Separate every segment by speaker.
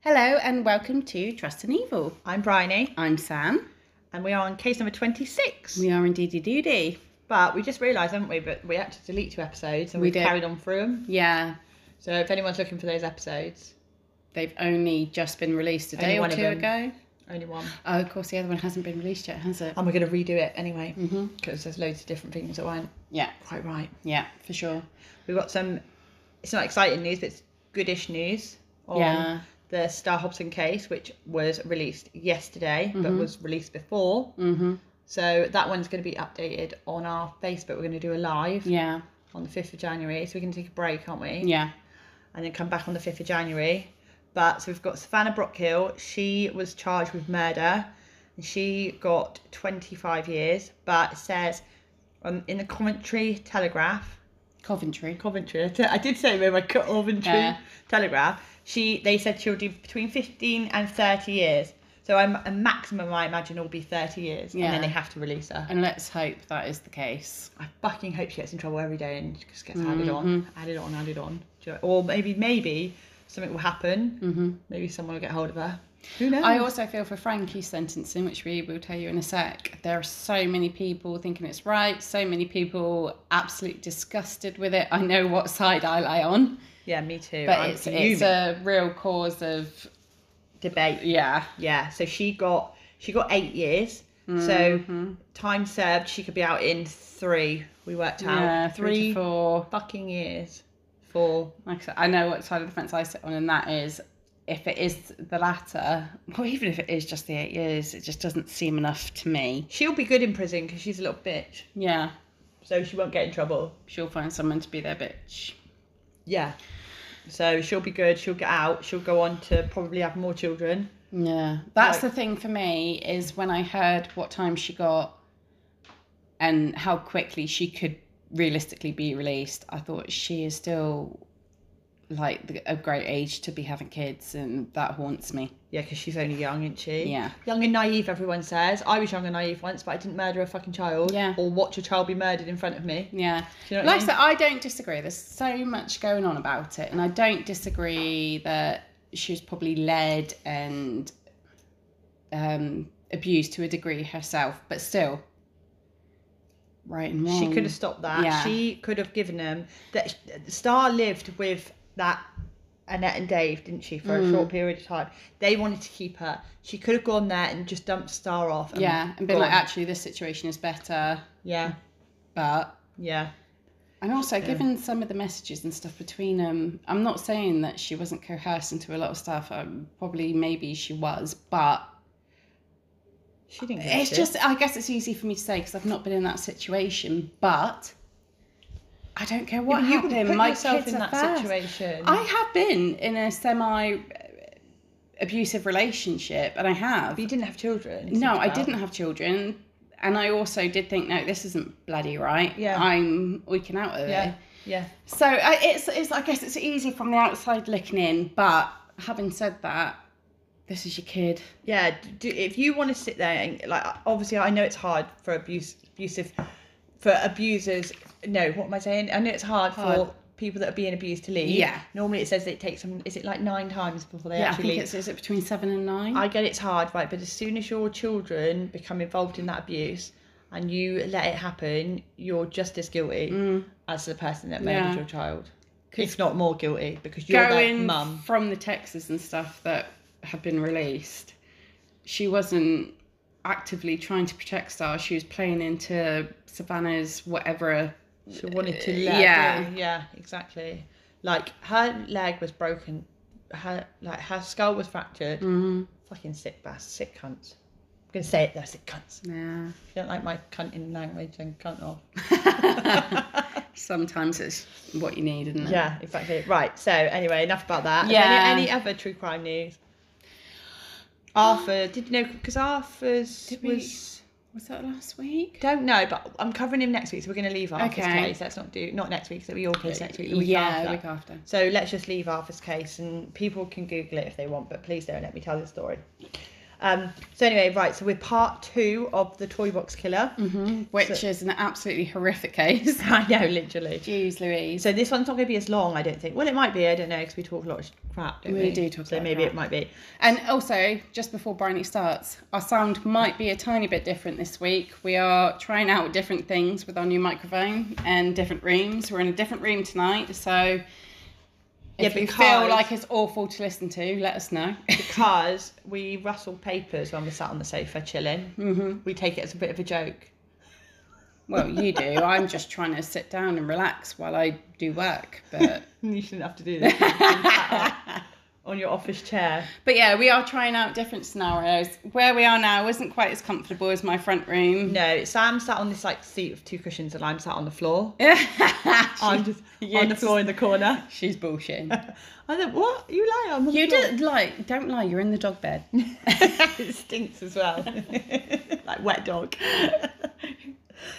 Speaker 1: Hello and welcome to Trust and Evil.
Speaker 2: I'm Bryony,
Speaker 1: I'm Sam.
Speaker 2: and we are on case number 26.
Speaker 1: We are indeedy doody.
Speaker 2: But we just realised, haven't we, but we had to delete two episodes and
Speaker 1: We
Speaker 2: we have
Speaker 1: did.
Speaker 2: carried on through them.
Speaker 1: Yeah,
Speaker 2: So if anyone's looking for those episodes,
Speaker 1: they've only just been released a
Speaker 2: Only
Speaker 1: day or
Speaker 2: one of
Speaker 1: two
Speaker 2: them.
Speaker 1: ago.
Speaker 2: only one.
Speaker 1: Oh, of course, the other one hasn't been released yet, has it?
Speaker 2: And we're going to redo it anyway
Speaker 1: Mm-hmm.
Speaker 2: because there's loads of different things that weren't
Speaker 1: Yeah,
Speaker 2: quite right.
Speaker 1: yeah, for sure.
Speaker 2: We've got some, it's not exciting news, but it's goodish news on
Speaker 1: Yeah.
Speaker 2: the Star Hobson case, which was released yesterday but
Speaker 1: Mhm.
Speaker 2: was released before.
Speaker 1: Mm-hmm.
Speaker 2: So that one's going to be updated on our Facebook. We're going to do a live
Speaker 1: Yeah,
Speaker 2: on the 5th of January. So we can take a break, aren't we?
Speaker 1: yeah.
Speaker 2: and then come back on the 5th of January. But so we've got Savannah Brockhill. She was charged with murder and she got 25 years. But it says um, in the Coventry Telegraph,
Speaker 1: Coventry.
Speaker 2: Coventry, I t- I did say where I cut Coventry
Speaker 1: Yeah.
Speaker 2: Telegraph, she they said she'll do between 15 and 30 years. So I'm, a maximum, I imagine, will be 30 years. And
Speaker 1: Yeah.
Speaker 2: then they have to release her.
Speaker 1: And let's hope that is the case.
Speaker 2: I fucking hope she gets in trouble every day and just gets added
Speaker 1: Mhm.
Speaker 2: on, added on, added on. Do you know- Or maybe, maybe something will happen.
Speaker 1: Mm-hmm.
Speaker 2: Maybe someone will get hold of her. Who knows?
Speaker 1: I also feel for Frankie's sentencing, which we will tell you in a sec. There are so many people thinking it's right, so many people absolutely disgusted with it. I know what side I lie on,
Speaker 2: yeah, me too.
Speaker 1: but
Speaker 2: I'm
Speaker 1: it's, it's
Speaker 2: fuming.
Speaker 1: a real cause of,
Speaker 2: debate.
Speaker 1: yeah.
Speaker 2: Yeah. So she got she got eight years.
Speaker 1: Mm-hmm.
Speaker 2: So time served, she could be out in three. We worked out
Speaker 1: Yeah, three, to four.
Speaker 2: fucking years. Four.
Speaker 1: Like I said, I know what side of the fence I sit on, and that is if it is the latter, or even if it is just the eight years, it just doesn't seem enough to me.
Speaker 2: She'll be good in prison because she's a little bitch,
Speaker 1: Yeah,
Speaker 2: so she won't get in trouble.
Speaker 1: she'll find someone to be their bitch.
Speaker 2: Yeah. So she'll be good. She'll get out. She'll go on to probably have more children.
Speaker 1: Yeah, that's
Speaker 2: Like-
Speaker 1: the thing for me is when I heard what time she got and how quickly she could realistically be released. I thought she is still like the, a great age to be having kids, and that haunts me.
Speaker 2: Yeah, because she's only young, isn't she?
Speaker 1: Yeah.
Speaker 2: Young and naive, everyone says. I was young and naive once, but I didn't murder a fucking child.
Speaker 1: Yeah.
Speaker 2: Or watch a child be murdered in front of me.
Speaker 1: Yeah.
Speaker 2: Do you know what
Speaker 1: like I
Speaker 2: I
Speaker 1: said, I don't disagree. There's so much going on about it, and I don't disagree that she was probably led and um, abused to a degree herself, but still, right and wrong.
Speaker 2: She could have stopped that.
Speaker 1: Yeah.
Speaker 2: She could have given them that. Star lived with that Annette and Dave, didn't she, for
Speaker 1: Mm.
Speaker 2: a short period of time? They wanted to keep her. She could have gone there and just dumped Star off. And
Speaker 1: yeah, and been
Speaker 2: gone.
Speaker 1: like, actually, this situation is better,
Speaker 2: yeah,
Speaker 1: but.
Speaker 2: yeah,
Speaker 1: And also, given some of the messages and stuff between them, I'm not saying that she wasn't coerced into a lot of stuff. Um, probably, maybe she was, but
Speaker 2: she didn't. give a
Speaker 1: It's
Speaker 2: shit.
Speaker 1: just, I guess it's easy for me to say because I've not been in that situation, but I don't care what
Speaker 2: But you would
Speaker 1: happened.
Speaker 2: put
Speaker 1: My
Speaker 2: yourself
Speaker 1: kids
Speaker 2: in
Speaker 1: are
Speaker 2: that
Speaker 1: first.
Speaker 2: situation.
Speaker 1: I have been in a semi abusive relationship, and I have.
Speaker 2: But you didn't have children. you
Speaker 1: No,
Speaker 2: talked
Speaker 1: I
Speaker 2: about.
Speaker 1: didn't have children, and I also did think, no, this isn't bloody right.
Speaker 2: Yeah.
Speaker 1: I'm waking out of
Speaker 2: Yeah,
Speaker 1: it.
Speaker 2: yeah.
Speaker 1: So I, it's, it's, I guess it's easy from the outside looking in, but having said that, this is your kid.
Speaker 2: Yeah, do, if you want to sit there and like, obviously, I know it's hard for abuse, abusive, for abusers. No, what am I saying? I know it's hard,
Speaker 1: Hard.
Speaker 2: for people that are being abused to leave.
Speaker 1: Yeah.
Speaker 2: Normally, it says that it takes them. Is it like nine times before they
Speaker 1: Yeah, I
Speaker 2: actually
Speaker 1: think
Speaker 2: leave?
Speaker 1: it's, is it between seven and nine?
Speaker 2: I get it's hard, right? But as soon as your children become involved in that abuse and you let it happen, you're just as guilty as the person that murdered
Speaker 1: Mm. Yeah.
Speaker 2: your child, if not more guilty, because you're their
Speaker 1: going
Speaker 2: mum.
Speaker 1: from the texts and stuff that have been released, she wasn't actively trying to protect Star. She was playing into Savannah's whatever.
Speaker 2: She wanted to
Speaker 1: Uh, yeah.
Speaker 2: let yeah. Yeah, exactly. Like her leg was broken, her like her skull was fractured. Fucking sick bass, sick cunts. I'm gonna say it though, sick cunts.
Speaker 1: Yeah.
Speaker 2: If you don't like my cunt in language, then cunt off.
Speaker 1: Sometimes it's what you need, isn't it?
Speaker 2: Yeah, exactly. Right. So anyway, enough about that. Is there
Speaker 1: Yeah.
Speaker 2: Any, any other true crime news? Arthur, did you know? Because Arthur's
Speaker 1: Did we-
Speaker 2: was.
Speaker 1: Was that last week?
Speaker 2: Don't know, but I'm covering him next week, so we're going to leave Arthur's
Speaker 1: Okay. Uh,
Speaker 2: case. Let's not do not next week, so we all case next week. The week
Speaker 1: yeah,
Speaker 2: after.
Speaker 1: the week after.
Speaker 2: So let's just leave Arthur's case, and people can Google it if they want, but please don't let me tell the story. Um, so anyway, right. So we're part two of the toy box killer.
Speaker 1: Mm-hmm. which is an absolutely horrific case.
Speaker 2: I know, literally.
Speaker 1: Jeez Louise.
Speaker 2: So this one's not going to be as long, I don't think. Well, it might be. I don't know because we talk a lot of crap. Don't we,
Speaker 1: We do talk a
Speaker 2: So
Speaker 1: lot of
Speaker 2: maybe
Speaker 1: crap.
Speaker 2: it might be.
Speaker 1: And also, just before Bryony starts, our sound might be a tiny bit different this week. We are trying out different things with our new microphone and different rooms. We're in a different room tonight, so if
Speaker 2: Yeah,
Speaker 1: you feel
Speaker 2: because-
Speaker 1: like it's awful to listen to, let us know.
Speaker 2: Because we rustle papers when we're sat on the sofa chilling. Mm-hmm. We take it as a bit of a joke.
Speaker 1: well, you do. I'm just trying to sit down and relax while I do work, but.
Speaker 2: You shouldn't have to do this. You can sat up on your office chair.
Speaker 1: But yeah, we are trying out different scenarios. Where we are now isn't quite as comfortable as my front room.
Speaker 2: No, Sam sat on this like seat of two cushions, and I'm sat on the floor. I'm just on the
Speaker 1: Yes.
Speaker 2: floor in the corner.
Speaker 1: She's bullshit.
Speaker 2: I thought, what? You lie on the
Speaker 1: You
Speaker 2: floor.
Speaker 1: did like don't lie. You're in the dog bed.
Speaker 2: it stinks as well, like wet dog.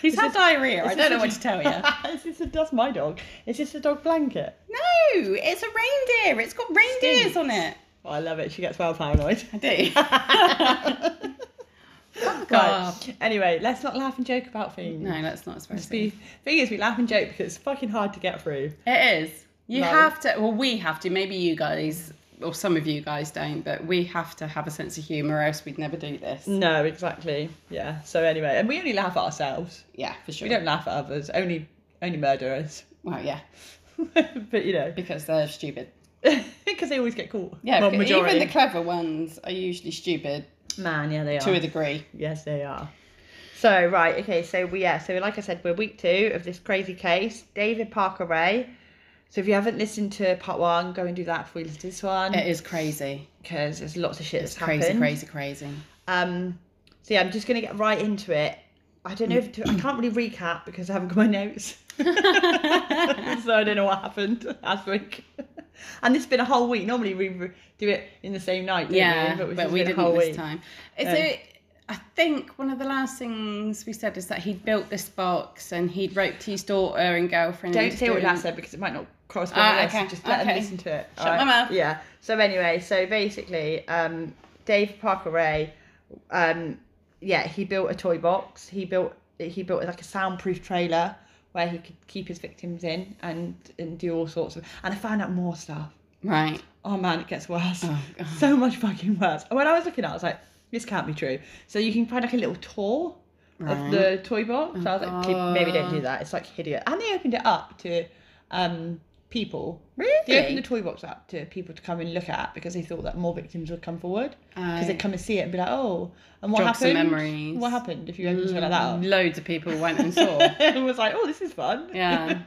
Speaker 1: He's had diarrhea. I don't know what to tell you.
Speaker 2: is this a, that's my dog. Is this a dog blanket?
Speaker 1: No, it's a reindeer. It's got reindeers
Speaker 2: Stinks.
Speaker 1: on it.
Speaker 2: Oh, I love it. She gets well paranoid.
Speaker 1: I do. off.
Speaker 2: Right. Anyway, let's not laugh and joke about things.
Speaker 1: no, that's not as
Speaker 2: Let's be- Thing is, we laugh and joke because it's fucking hard to get through.
Speaker 1: It is. You
Speaker 2: No.
Speaker 1: have to. Well, we have to. Maybe you guys or some of you guys don't, but we have to have a sense of humour, or else we'd never do this.
Speaker 2: No, exactly. Yeah. So anyway, and we only laugh at ourselves.
Speaker 1: Yeah, for sure.
Speaker 2: We don't laugh at others. Only, only murderers.
Speaker 1: Well, yeah,
Speaker 2: but you know,
Speaker 1: because they're stupid.
Speaker 2: because they always get caught.
Speaker 1: Yeah,
Speaker 2: Well,
Speaker 1: because even the
Speaker 2: majority.
Speaker 1: clever ones are usually stupid
Speaker 2: man. Yeah, they are.
Speaker 1: to a degree.
Speaker 2: Yes, they are. So right, okay, so we yeah, so like I said, we're week two of this crazy case, David Parker Ray. So if you haven't listened to part one, go and do that before you listen to this
Speaker 1: It
Speaker 2: one
Speaker 1: is crazy,
Speaker 2: because there's lots of shit that's
Speaker 1: crazy,
Speaker 2: happened.
Speaker 1: crazy, crazy.
Speaker 2: Um, so yeah, I'm just gonna get right into it. I don't know if to, I can't really recap because I haven't got my notes, so I don't know what happened last week. And it's been a whole week. Normally we re- do it in the same night, don't
Speaker 1: Yeah,
Speaker 2: we?
Speaker 1: but,
Speaker 2: it's just
Speaker 1: we
Speaker 2: been a
Speaker 1: didn't
Speaker 2: whole
Speaker 1: this
Speaker 2: week.
Speaker 1: time. It's a, I think one of the last things we said is that he'd built this box and he'd roped his daughter and girlfriend.
Speaker 2: Don't
Speaker 1: into
Speaker 2: say what
Speaker 1: doing-
Speaker 2: Nat said because it might not correspond
Speaker 1: Ah,
Speaker 2: with us.
Speaker 1: okay,
Speaker 2: Just let them
Speaker 1: okay.
Speaker 2: listen to it.
Speaker 1: Shut my mouth.
Speaker 2: Yeah. So anyway, so basically, um, Dave Parker Ray, um, yeah, he built a toy box. He built he built like a soundproof trailer where he could keep his victims in and and do all sorts of. And I found out more stuff.
Speaker 1: Right.
Speaker 2: Oh man, it gets worse.
Speaker 1: Oh, God.
Speaker 2: so much fucking worse. When I was looking at, it, I was like, this can't be true. So you can find like a little tour of
Speaker 1: Right.
Speaker 2: the toy box. So I was like, "Keep- maybe don't do
Speaker 1: God.
Speaker 2: that. It's like hideous. And they opened it up to um, people. They opened the toy box up to people to come and look at because they thought that more victims would come forward because they'd come and see it and be like, oh, and what
Speaker 1: Jog some
Speaker 2: happened?
Speaker 1: memories.
Speaker 2: What happened if you opened something like that? up?
Speaker 1: Loads of people went and saw.
Speaker 2: and was like, oh, this is fun.
Speaker 1: Yeah.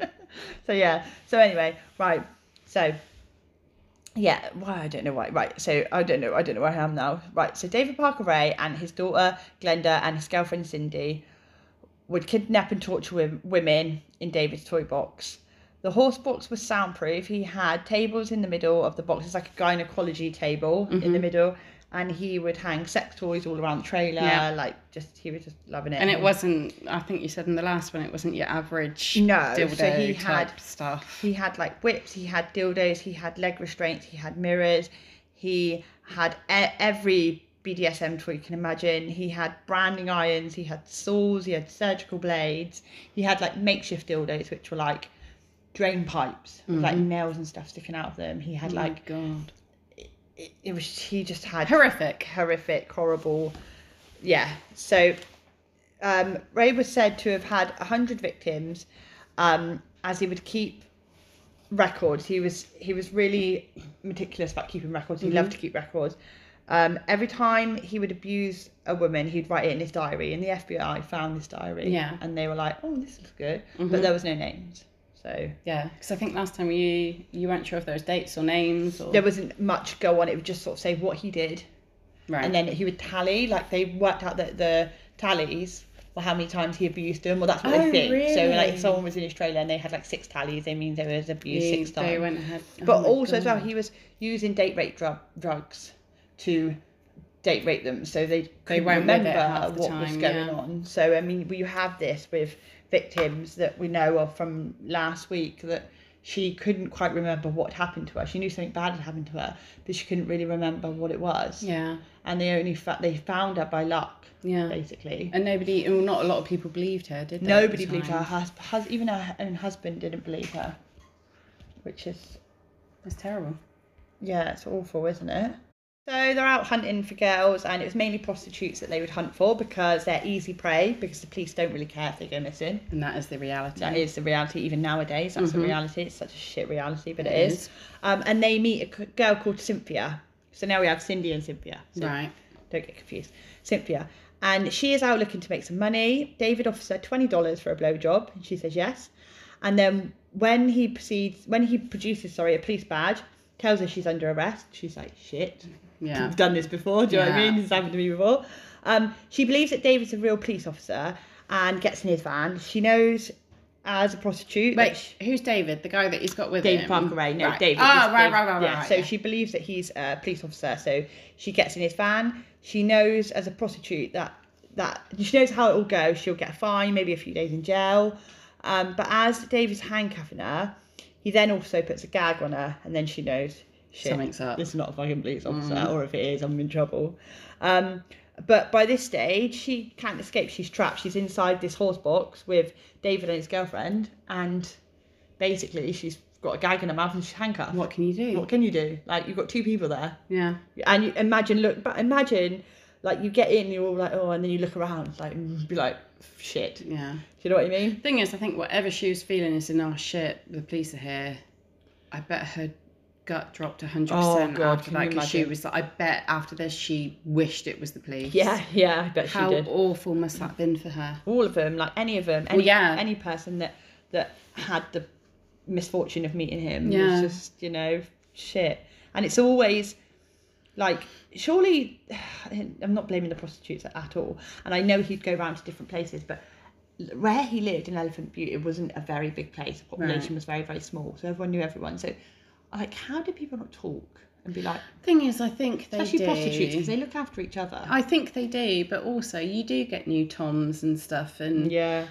Speaker 2: so yeah. So anyway, right. So yeah, well, I don't know why. Right. So I don't know. I don't know where I am now. Right. So David Parker Ray and his daughter Glenda and his girlfriend Cindy would kidnap and torture wom- women in David's toy box. The horse box was soundproof. He had tables in the middle of the box. It's like a gynecology table in
Speaker 1: Mm-hmm.
Speaker 2: the middle. And he would hang sex toys all around the trailer.
Speaker 1: Yeah.
Speaker 2: Like, just, he was just loving it.
Speaker 1: and it wasn't. I think you said in the last one, it wasn't your average
Speaker 2: No, so
Speaker 1: dildo
Speaker 2: he
Speaker 1: type
Speaker 2: had-
Speaker 1: stuff.
Speaker 2: He had like whips, he had dildos, he had leg restraints, he had mirrors, he had e- every BDSM toy you can imagine. He had branding irons, he had saws, he had surgical blades, he had like makeshift dildos, which were like drain pipes, with, like nails and stuff sticking out of them. He had like,
Speaker 1: oh my God,
Speaker 2: it, it was, he just had
Speaker 1: horrific.
Speaker 2: horrific, horrible. Yeah. So um, Ray was said to have had 100 victims um, as he would keep records. He was he was really meticulous about keeping records. He loved to keep records. Um, every time he would abuse a woman, he'd write it in his diary, and the FBI found this diary.
Speaker 1: Yeah.
Speaker 2: And they were like, "Oh, this is good," but there was no names, so
Speaker 1: Yeah, because I think last time you you weren't sure if there was dates or names or
Speaker 2: there wasn't much go on. It would just sort of say what he did,
Speaker 1: right.
Speaker 2: and then he would tally like they worked out that the tallies were how many times he abused them well that's what
Speaker 1: Oh,
Speaker 2: they think so like
Speaker 1: really?
Speaker 2: if someone was in his trailer and they had like six tallies they mean they was abused
Speaker 1: He-
Speaker 2: six
Speaker 1: they
Speaker 2: times
Speaker 1: went ahead. oh
Speaker 2: but
Speaker 1: my
Speaker 2: also as well
Speaker 1: God.
Speaker 2: he was using date rape drug drugs to date rape them so they couldn't
Speaker 1: won't with it
Speaker 2: remember
Speaker 1: half the
Speaker 2: what was
Speaker 1: time,
Speaker 2: going
Speaker 1: yeah.
Speaker 2: on so i mean we have this with victims that we know of from last week that she couldn't quite remember what had happened to her. She knew something bad had happened to her, but she couldn't really remember what it was.
Speaker 1: Yeah.
Speaker 2: And they only fa- they found her by luck,
Speaker 1: Yeah.
Speaker 2: basically.
Speaker 1: And nobody, well, not a lot of people believed her, did they? at the
Speaker 2: Nobody believed her.
Speaker 1: time?
Speaker 2: Her hus- hus- even her own husband didn't believe her, which is
Speaker 1: That's terrible.
Speaker 2: Yeah, it's awful, isn't it? So they're out hunting for girls, and it was mainly prostitutes that they would hunt for because they're easy prey because the police don't really care if they go missing.
Speaker 1: And that is the reality.
Speaker 2: That is the reality, even nowadays. That's the reality. It's such a shit reality, but it
Speaker 1: It
Speaker 2: is.
Speaker 1: is.
Speaker 2: Um, and they meet a c- girl called Cynthia. So now we have Cindy and Cynthia. So
Speaker 1: Right.
Speaker 2: Don't get confused. Cynthia. And she is out looking to make some money. David offers her $20 for a blowjob, and she says yes. And then when he proceeds, when he produces, sorry, a police badge, tells her she's under arrest, she's like, shit.
Speaker 1: Yeah.
Speaker 2: I've done this before. Do you know what I
Speaker 1: Yeah.
Speaker 2: mean? This has happened to me before. Um, she believes that David's a real police officer and gets in his van. She knows as a prostitute. that
Speaker 1: Wait, who's David? The guy that he's got with
Speaker 2: David
Speaker 1: him?
Speaker 2: Parker Ray. No,
Speaker 1: Right.
Speaker 2: David.
Speaker 1: Oh,
Speaker 2: is
Speaker 1: right,
Speaker 2: David-
Speaker 1: right, right, right.
Speaker 2: Yeah,
Speaker 1: right,
Speaker 2: so
Speaker 1: yeah.
Speaker 2: she believes that he's a police officer. So she gets in his van. She knows as a prostitute that that she knows how it will go. She'll get a fine, maybe a few days in jail. Um, but as David's handcuffing her, he then also puts a gag on her, and then she knows. Shit,
Speaker 1: Something's up. Mm.
Speaker 2: This is not a fucking police officer, or if it is, I'm in trouble. Um, but by this stage, she can't escape. She's trapped. She's inside this horse box with David and his girlfriend, and basically she's got a gag in her mouth and she's handcuffed.
Speaker 1: What can you do?
Speaker 2: What can you do? Like you've got two people there,
Speaker 1: Yeah.
Speaker 2: and you imagine look, but imagine like you get in, you're all like oh, and then you look around, it's like mm, be like shit. Do
Speaker 1: Yeah.
Speaker 2: you know what I mean?
Speaker 1: Thing is, I think whatever she was feeling is in our shit. The police are here. I bet her gut dropped hundred
Speaker 2: Oh,
Speaker 1: percent
Speaker 2: God,
Speaker 1: after
Speaker 2: can
Speaker 1: that
Speaker 2: you
Speaker 1: because she
Speaker 2: imagine?
Speaker 1: was. like, I bet after this she wished it was the police.
Speaker 2: Yeah, yeah, I bet
Speaker 1: How
Speaker 2: she did.
Speaker 1: awful must that have been for her?
Speaker 2: All of them, like any of them, any
Speaker 1: Well, yeah.
Speaker 2: any person that that had the misfortune of meeting him,
Speaker 1: Yeah.
Speaker 2: was just you know shit. And it's always like surely i'm not blaming the prostitutes at all and i know he'd go round to different places but where he lived in elephant butte it wasn't a very big place the population
Speaker 1: Right.
Speaker 2: was very very small so everyone knew everyone so like how do people not talk and be like
Speaker 1: Thing is, I think they
Speaker 2: especially
Speaker 1: do.
Speaker 2: prostitutes because they look after each other
Speaker 1: I think they do, but also you do get new toms and stuff, and
Speaker 2: yeah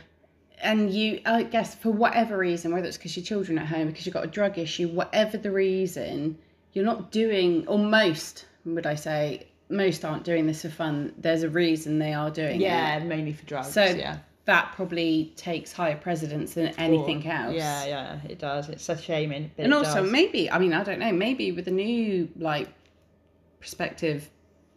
Speaker 1: and you, I guess, for whatever reason, whether it's because your children at home, because you've got a drug issue, whatever the reason, you're not doing, or most would I say, most aren't doing this for fun. There's a reason they are doing it.
Speaker 2: yeah mainly for drugs
Speaker 1: So
Speaker 2: yeah
Speaker 1: that probably takes higher precedence than anything else.
Speaker 2: yeah yeah it does it's a shame and, but
Speaker 1: And
Speaker 2: it
Speaker 1: also,
Speaker 2: does.
Speaker 1: maybe, I mean, I don't know, maybe with a new, like, prospective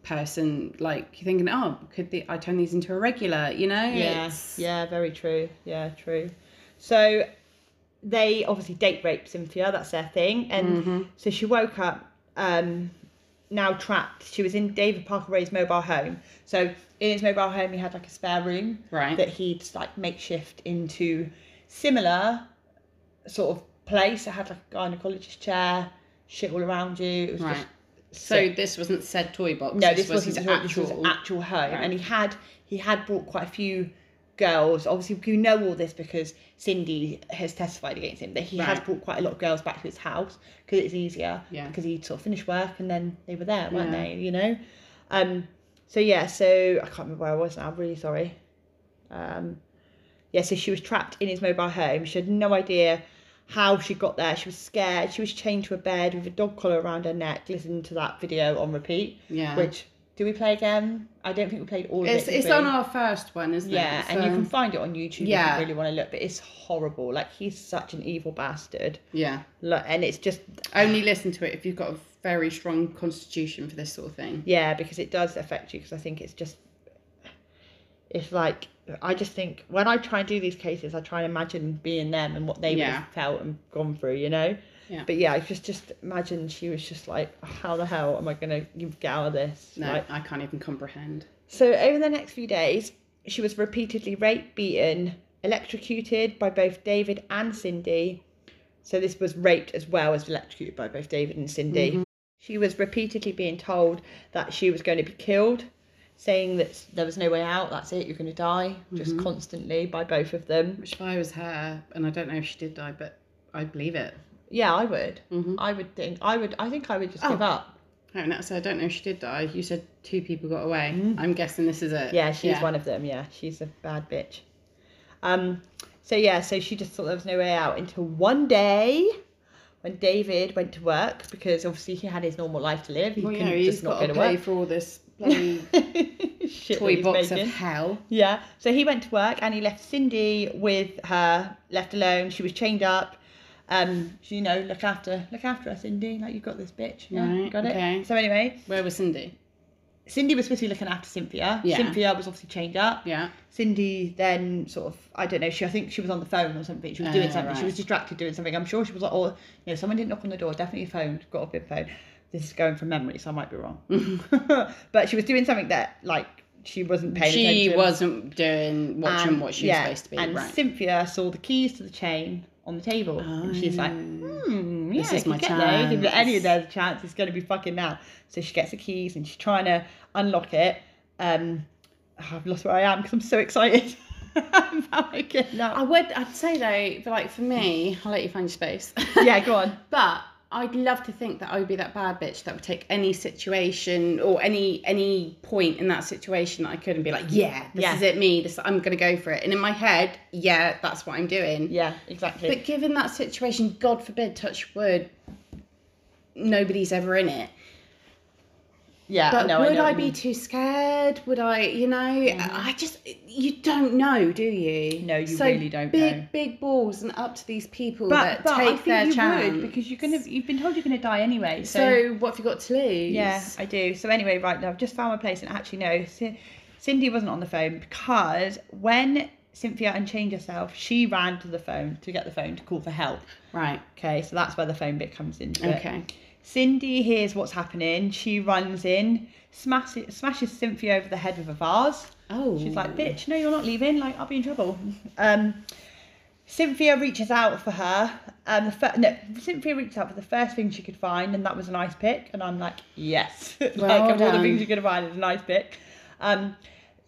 Speaker 1: person, like, you're thinking, oh, could the, I turn these into a regular, you know?
Speaker 2: Yeah,
Speaker 1: It's-
Speaker 2: yeah, very true. Yeah, true. So they obviously date rape Cynthia, that's their thing. And
Speaker 1: Mm-hmm.
Speaker 2: so she woke up um now trapped. She was in David Parker Ray's mobile home. So in his mobile home he had like a spare room
Speaker 1: Right.
Speaker 2: that he'd like makeshift into similar sort of place. It had like a gynecologist chair, shit all around you. It was
Speaker 1: Right.
Speaker 2: just
Speaker 1: So this wasn't said toy box.
Speaker 2: no, this, was his actual,
Speaker 1: actual.
Speaker 2: his actual home, and he had he had brought quite a few girls. Obviously, you know all this because Cindy has testified against him that he has
Speaker 1: Right.
Speaker 2: brought quite a lot of girls back to his house because it's easier.
Speaker 1: Yeah.
Speaker 2: Because he'd sort of finished work and then they were there, weren't
Speaker 1: Yeah.
Speaker 2: they? You know. Um. So yeah. So I can't remember where I was now. I'm really sorry. Um. Yeah. So she was trapped in his mobile home. She had no idea. How she got there, she was scared. She was chained to a bed with a dog collar around her neck. Listening to that video on repeat.
Speaker 1: yeah.
Speaker 2: Which do we play again? I don't think we played all of
Speaker 1: it's
Speaker 2: it. did
Speaker 1: it's
Speaker 2: we?
Speaker 1: on our first one, isn't it?
Speaker 2: yeah, and
Speaker 1: So-
Speaker 2: you can find it on YouTube if
Speaker 1: Yeah.
Speaker 2: you really want to look. But it's horrible. Like he's such an evil bastard.
Speaker 1: yeah.
Speaker 2: Like, and it's just
Speaker 1: Only listen to it if you've got a very strong constitution for this sort of thing.
Speaker 2: yeah because it does affect you because I think it's just it's like I just think when I try and do these cases, I try and imagine being them and what they would
Speaker 1: Yeah.
Speaker 2: have felt and gone through. You know.
Speaker 1: Yeah.
Speaker 2: But yeah, I just just imagine she was just like, how the hell am I gonna get out of this?
Speaker 1: No,
Speaker 2: Like,
Speaker 1: I can't even comprehend.
Speaker 2: So over the next few days, she was repeatedly raped, beaten, electrocuted by both David and Cindy. So this was raped as well as electrocuted by both David and Cindy. She was repeatedly being told that she was going to be killed, saying that there was no way out, that's it, you're going to die, just constantly by both of them.
Speaker 1: Which if I was her, and I don't know if she did die, but I'd believe it.
Speaker 2: Yeah, I would. I would think I would I think I would just give up.
Speaker 1: Oh, and so I don't know if she did die. You said two people got
Speaker 2: Mm.
Speaker 1: away. I'm guessing this is it.
Speaker 2: Yeah, she's one of them. Yeah, she's a bad bitch. Um, So yeah, so she just thought there was no way out until one day when David went to work because obviously he had his normal life to live. He
Speaker 1: Well, you
Speaker 2: couldn't
Speaker 1: know,
Speaker 2: just
Speaker 1: he's
Speaker 2: not
Speaker 1: got
Speaker 2: go
Speaker 1: to
Speaker 2: to
Speaker 1: pay
Speaker 2: work.
Speaker 1: for all this bloody
Speaker 2: Shit that
Speaker 1: toy
Speaker 2: he's
Speaker 1: box
Speaker 2: making.
Speaker 1: of hell.
Speaker 2: Yeah. So he went to work and he left Cindy with her, left alone. She was chained up. Um, she, you know, look after, look after her, Cindy. Like you've got this bitch. Yeah, you
Speaker 1: Right,
Speaker 2: got
Speaker 1: okay.
Speaker 2: it. So anyway,
Speaker 1: Where was Cindy?
Speaker 2: Cindy was supposed to be looking after Cynthia.
Speaker 1: Yeah.
Speaker 2: Cynthia was obviously chained up.
Speaker 1: Yeah.
Speaker 2: Cindy then sort of I don't know. She I think she was on the phone or something. She was doing
Speaker 1: Ah,
Speaker 2: something. She
Speaker 1: right.
Speaker 2: was distracted doing something. I'm sure she was like, or you know, someone didn't knock on the door. Definitely a phone. Got a big phone. This is going from memory, so I might be wrong. but she was doing something that like she wasn't paying attention.
Speaker 1: She wasn't doing watching
Speaker 2: And-
Speaker 1: what she
Speaker 2: yeah,
Speaker 1: was supposed to be.
Speaker 2: And
Speaker 1: right.
Speaker 2: Cynthia saw the keys to the chain on the table, and she's like, "Hmm, yeah,
Speaker 1: Oh, This
Speaker 2: I
Speaker 1: is
Speaker 2: could
Speaker 1: my
Speaker 2: get those. If
Speaker 1: chance."
Speaker 2: any of those chance, it's going to be fucking now." So she gets the keys and she's trying to unlock it. Um, oh, I've lost where I am because I'm so excited. about it getting
Speaker 1: I
Speaker 2: out.
Speaker 1: would. I'd say though, but, like for me, I'll let you find your space.
Speaker 2: Yeah, go on.
Speaker 1: But I'd love to think that I would be that bad bitch that would take any situation or any any point in that situation that I could and be like, yeah, this
Speaker 2: Yeah.
Speaker 1: is it, me. This I'm gonna go for it. And in my head, yeah, that's what I'm doing.
Speaker 2: Yeah, exactly.
Speaker 1: But given that situation, God forbid, touch wood, nobody's ever in it.
Speaker 2: yeah,
Speaker 1: But
Speaker 2: Uh, no,
Speaker 1: would
Speaker 2: I, know
Speaker 1: I,
Speaker 2: what you
Speaker 1: be
Speaker 2: mean.
Speaker 1: too scared? Would I, you know, I just, you don't know, do you?
Speaker 2: No, you
Speaker 1: so
Speaker 2: really don't
Speaker 1: big,
Speaker 2: know.
Speaker 1: Big balls and up to these people
Speaker 2: But,
Speaker 1: that
Speaker 2: but
Speaker 1: take
Speaker 2: I think
Speaker 1: their
Speaker 2: you
Speaker 1: chance.
Speaker 2: would because you're gonna. You've been told you're gonna die anyway.
Speaker 1: so, what have you got to lose?
Speaker 2: Yeah, I do. So anyway, right now I've just found my place, and actually no, C- Cindy wasn't on the phone because when Cynthia unchained herself, she ran to the phone to get the phone to call for help.
Speaker 1: Right.
Speaker 2: Okay, so that's where the phone bit comes into it.
Speaker 1: Okay.
Speaker 2: Cindy hears what's happening. She runs in, smashes smashes Cynthia over the head with a vase.
Speaker 1: Oh.
Speaker 2: She's like, "Bitch, no, you're not leaving. Like, I'll be in trouble." Um, Cynthia reaches out for her. Um, the fir- no, Cynthia reaches out for the first thing she could find, and that was an ice pick. And I'm like, "Yes, like
Speaker 1: Well
Speaker 2: of all the
Speaker 1: done.
Speaker 2: things you could find, it's an ice pick." Um,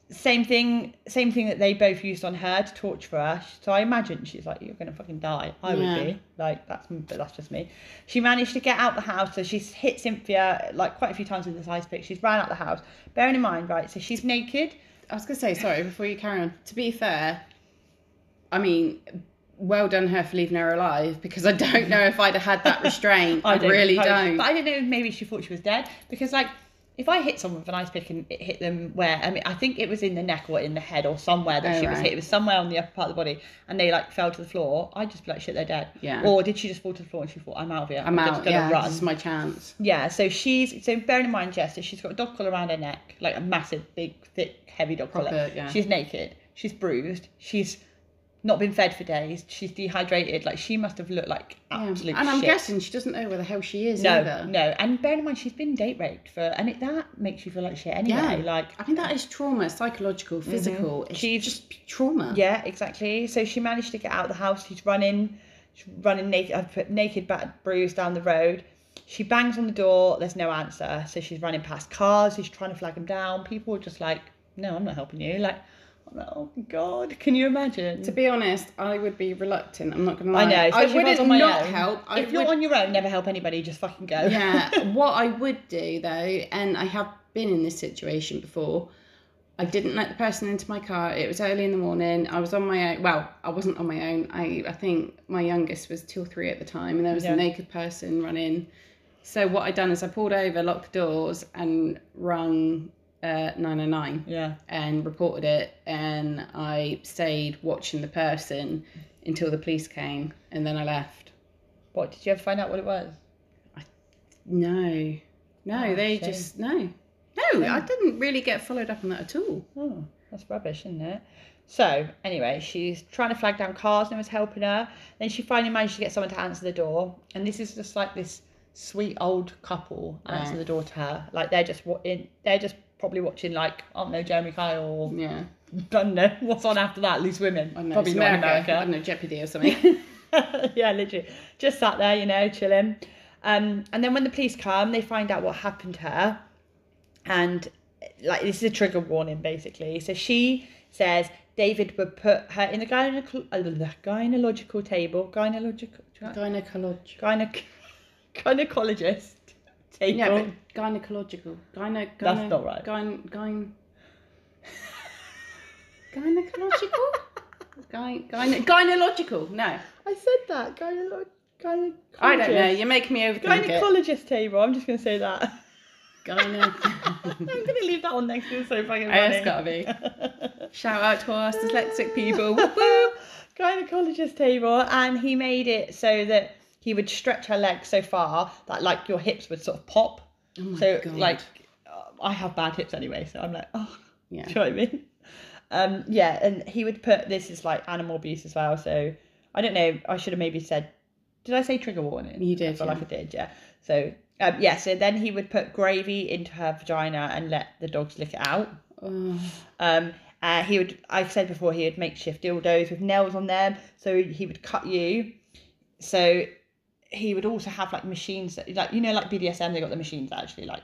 Speaker 2: same thing, same thing that they both used on her to torture her. So I imagine she's like, "You're gonna fucking die." I
Speaker 1: Yeah.
Speaker 2: would be like, "That's but that's just me." She managed to get out the house, so she's hit Cynthia like quite a few times with this ice pick. She's ran out the house. Bearing in mind, right? So she's naked.
Speaker 1: I was gonna say sorry before you carry on. To be fair, I mean, well done her for leaving her alive because I don't know if I'd have had that restraint. I,
Speaker 2: don't
Speaker 1: really
Speaker 2: suppose.
Speaker 1: don't.
Speaker 2: But I don't know. if Maybe she thought she was dead because, like, if I hit someone with an ice pick and it hit them where I mean, I think it was in the neck or in the head or somewhere that
Speaker 1: Oh,
Speaker 2: she was
Speaker 1: right.
Speaker 2: hit. It was somewhere on the upper part of the body, and they like fell to the floor. I'd just be like, shit, they're dead.
Speaker 1: Yeah.
Speaker 2: Or did she just fall to the floor and she thought, I'm out of here.
Speaker 1: I'm
Speaker 2: Just
Speaker 1: out.
Speaker 2: gonna
Speaker 1: Yeah,
Speaker 2: run.
Speaker 1: this is my chance.
Speaker 2: Yeah, so she's so bearing in mind, Jess, that she's got a dog collar around her neck, like a massive, big, thick, heavy dog collar.
Speaker 1: Proper, yeah.
Speaker 2: She's naked. She's bruised. She's not been fed for days. She's dehydrated. Like she must have looked like
Speaker 1: Yeah.
Speaker 2: absolute
Speaker 1: And I'm
Speaker 2: shit.
Speaker 1: guessing she doesn't know where the hell she is
Speaker 2: No,
Speaker 1: either.
Speaker 2: no, and bear in mind she's been date raped for, and it, that makes you feel like shit anyway.
Speaker 1: Yeah.
Speaker 2: Like,
Speaker 1: I mean, that is trauma, psychological, physical. It's
Speaker 2: She's-
Speaker 1: just trauma.
Speaker 2: yeah, exactly. So she managed to get out of the house. She's running, she's running naked, I've put naked, battered, bruised down the road. She bangs on the door. There's no answer. So she's running past cars. She's trying to flag them down. People are just like, "No, I'm not helping you." Like, I'm like, "Oh my god, can you imagine?"
Speaker 1: To be honest, I would be reluctant. I'm not going to lie.
Speaker 2: I know.
Speaker 1: I
Speaker 2: especially if was
Speaker 1: wouldn't
Speaker 2: on my
Speaker 1: not
Speaker 2: own.
Speaker 1: help. I
Speaker 2: if you're
Speaker 1: would-
Speaker 2: on your own, never help anybody. Just fucking go.
Speaker 1: yeah. What I would do though, and I have been in this situation before, I didn't let the person into my car. It was early in the morning. I was on my own. Well, I wasn't on my own. I, I think my youngest was two or three at the time, and there was
Speaker 2: Yeah.
Speaker 1: a naked person running. So what I done is I pulled over, locked the doors, and rung uh, 909
Speaker 2: yeah.
Speaker 1: and reported it and I stayed watching the person until the police came and then I left.
Speaker 2: What did you ever find out what it was?
Speaker 1: No. No,
Speaker 2: Oh,
Speaker 1: they
Speaker 2: shame.
Speaker 1: just no. No, I didn't really get followed up on that at all.
Speaker 2: Oh, that's rubbish, isn't it? So, anyway, she's trying to flag down cars, no one's helping her. Then she finally manages to get someone to answer the door. And this is just like this sweet old couple answer
Speaker 1: Right.
Speaker 2: the door to her. Like they're just wa- in, they're just probably watching like, I don't know, Jeremy Kyle or
Speaker 1: Yeah.
Speaker 2: don't know what's on after that, Loose Women.
Speaker 1: I don't know,
Speaker 2: probably
Speaker 1: it's
Speaker 2: not in
Speaker 1: America. I don't
Speaker 2: America.
Speaker 1: know, Jeopardy or something.
Speaker 2: yeah, literally. Just sat there, you know, chilling. Um, and then when the police come, they find out what happened to her. And like this is a trigger warning basically. So she says David would put her in the gyneco- uh, the gynecological table, gynecological
Speaker 1: Gynecological.
Speaker 2: gyne- gynecologist table.
Speaker 1: Yeah, but gynecological. Gyne, gyne,
Speaker 2: That's not right.
Speaker 1: Gyne, gyne... gynecological? Gy- gyne- gynecological? No,
Speaker 2: I said that. Gyne- gyne-
Speaker 1: I don't know. You're making me overthink it.
Speaker 2: Gynecologist table. I'm just going to say that. I'm
Speaker 1: Gyne-
Speaker 2: going to leave that on next to so fucking
Speaker 1: Oh, it's
Speaker 2: funny.
Speaker 1: gotta be. Shout out to us dyslexic people. Oh Whoop, whoop.
Speaker 2: gynecologist table and he made it so that he would stretch her legs so far that like your hips would sort of pop
Speaker 1: Oh my
Speaker 2: so
Speaker 1: God.
Speaker 2: like uh, i have bad hips anyway so i'm like oh
Speaker 1: Yeah.
Speaker 2: do you know what i mean um yeah and he would put this is like animal abuse as well so i don't know i should have maybe said did i say trigger warning
Speaker 1: You
Speaker 2: i
Speaker 1: did,
Speaker 2: feel
Speaker 1: yeah.
Speaker 2: like i did yeah so um, yeah so then he would put gravy into her vagina and let the dogs lick it out
Speaker 1: Oh,
Speaker 2: um, uh, he would, I've said before, he would makeshift dildos with nails on them, so he would cut you. So he would also have like machines, that, like you know, like BDSM, they got the machines that actually like,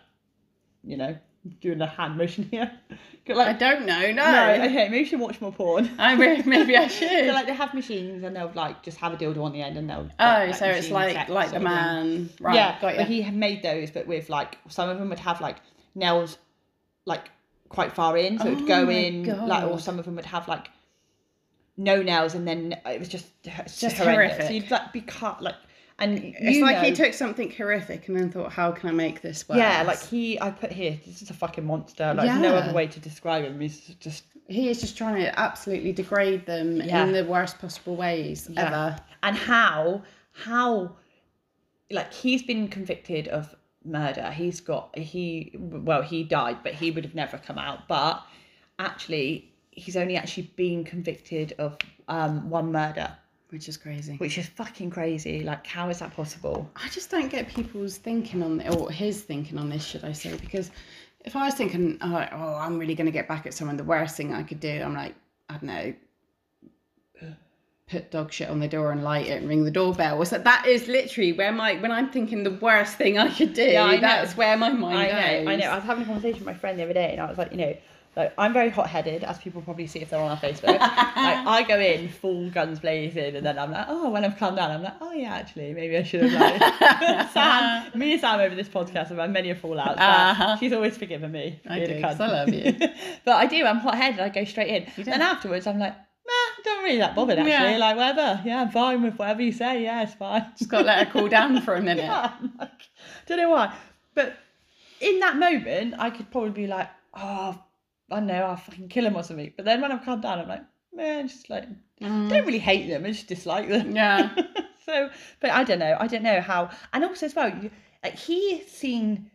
Speaker 2: you know, doing a hand motion here. Got,
Speaker 1: I
Speaker 2: like,
Speaker 1: don't know. No,
Speaker 2: no, okay, maybe you should watch more porn.
Speaker 1: I mean, maybe I
Speaker 2: So
Speaker 1: should.
Speaker 2: like they have machines and they'll like just have a dildo on the end and they'll.
Speaker 1: Oh,
Speaker 2: like,
Speaker 1: so it's
Speaker 2: machine
Speaker 1: like
Speaker 2: sex
Speaker 1: like the
Speaker 2: sort of thing.
Speaker 1: man, right?
Speaker 2: yeah,
Speaker 1: got you.
Speaker 2: but he had made those, but with like some of them would have like nails, like quite far in, so it'd
Speaker 1: Oh
Speaker 2: go
Speaker 1: my
Speaker 2: in, like, or
Speaker 1: God.
Speaker 2: some of them would have like no nails, and then it was just
Speaker 1: Just
Speaker 2: just horrendous. So
Speaker 1: horrific.
Speaker 2: you'd like be cut like, and
Speaker 1: it's
Speaker 2: you
Speaker 1: like
Speaker 2: know,
Speaker 1: he took something horrific and then thought, "How can I make this work?"
Speaker 2: yeah, like he, I put here. This is a fucking monster. Like there's no
Speaker 1: Yeah.
Speaker 2: other way to describe him. He's just
Speaker 1: he is just trying to absolutely degrade them
Speaker 2: Yeah.
Speaker 1: in the worst possible ways
Speaker 2: Yeah.
Speaker 1: ever.
Speaker 2: and how how like he's been convicted of murder he's got he well he died but he would have never come out but actually he's only actually been convicted of um one murder
Speaker 1: Which is crazy.
Speaker 2: which is fucking crazy like how is that possible
Speaker 1: I just don't get people's thinking on or his thinking on this, should I say? Because if I was thinking, oh, oh I'm really going to get back at someone, the worst thing I could do, I'm like, I don't know, put dog shit on the door and light it and ring the doorbell. So that is literally where my when I'm thinking the worst thing I could do.
Speaker 2: Yeah, I know.
Speaker 1: that's where my mind
Speaker 2: I
Speaker 1: goes.
Speaker 2: know, I know. I was having a conversation with my friend the other day, and I was like, you know, like I'm very hot-headed, as people probably see if they're on our Facebook. like, I go in full guns blazing, and then I'm like, oh, when I've calmed down, I'm like, oh yeah, actually, maybe I should have. Like, Sam, me and Sam over this podcast have had many a fallout. But
Speaker 1: Uh-huh.
Speaker 2: She's always forgiven me. for
Speaker 1: I
Speaker 2: being a
Speaker 1: do, 'cause
Speaker 2: cunt.
Speaker 1: I love you.
Speaker 2: but I do. I'm hot-headed. I go straight in,
Speaker 1: do.
Speaker 2: and afterwards, I'm like. Nah, don't really that bothered actually.
Speaker 1: Yeah.
Speaker 2: Like whatever, yeah, I'm fine with whatever you say. Yeah, it's fine.
Speaker 1: Just got to let her cool down for a minute.
Speaker 2: Yeah, I'm like, don't know why. But in that moment, I could probably be like, oh, I don't know, I'll fucking kill him or something. But then when I've calmed down, I'm like, man, just like, don't really hate them, I just dislike them.
Speaker 1: Mm, Yeah.
Speaker 2: so, but I don't know. I don't know how. And also, as well, you, like, he seen.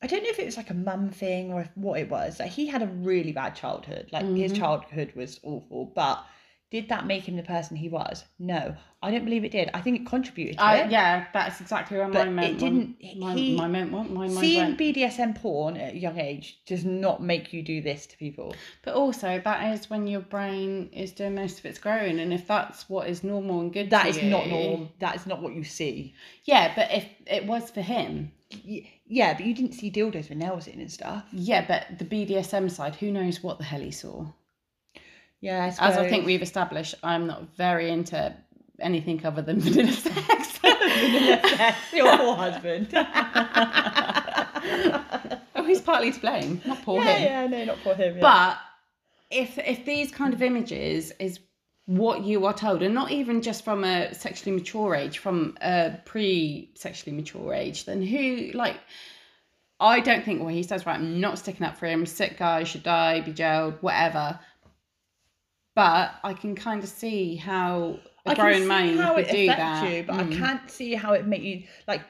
Speaker 2: I don't know if it was like a mum thing or if, what it was. Like he had a really bad childhood. Like his
Speaker 1: Mhm.
Speaker 2: childhood was awful. But did that make him the person he was? No, I don't believe it did. I think it contributed. To
Speaker 1: I,
Speaker 2: it.
Speaker 1: yeah, that's exactly where
Speaker 2: But
Speaker 1: my mind
Speaker 2: it didn't-
Speaker 1: My,
Speaker 2: he-
Speaker 1: my mind went. My mind
Speaker 2: Seeing
Speaker 1: went.
Speaker 2: BDSM porn at a young age does not make you do this to people.
Speaker 1: But also, that is when your brain is doing most of its growing, and if that's what is normal and good,
Speaker 2: That
Speaker 1: to
Speaker 2: is not
Speaker 1: you-
Speaker 2: normal. That is not what you see.
Speaker 1: Yeah, but if it was for him,
Speaker 2: Y- Yeah, but you didn't see dildos with nails in and stuff.
Speaker 1: yeah, but the BDSM side, who knows what the hell he saw?
Speaker 2: Yeah,
Speaker 1: As I think we've established, I'm not very into anything other than vanilla sex.
Speaker 2: your poor husband.
Speaker 1: oh, he's partly to blame, not poor
Speaker 2: yeah,
Speaker 1: him.
Speaker 2: yeah, no, not for him. Yeah.
Speaker 1: But if if these kind of images is what you are told, and not even just from a sexually mature age, from a pre-sexually mature age, then who like? I don't think what he says right. I'm not sticking up for him. Sick guy should die, be jailed, whatever. But I can kind of see how a
Speaker 2: I can
Speaker 1: grown
Speaker 2: see
Speaker 1: man
Speaker 2: how
Speaker 1: would
Speaker 2: it
Speaker 1: do
Speaker 2: affects
Speaker 1: that.
Speaker 2: you, but
Speaker 1: Mm.
Speaker 2: I can't see how it made you like.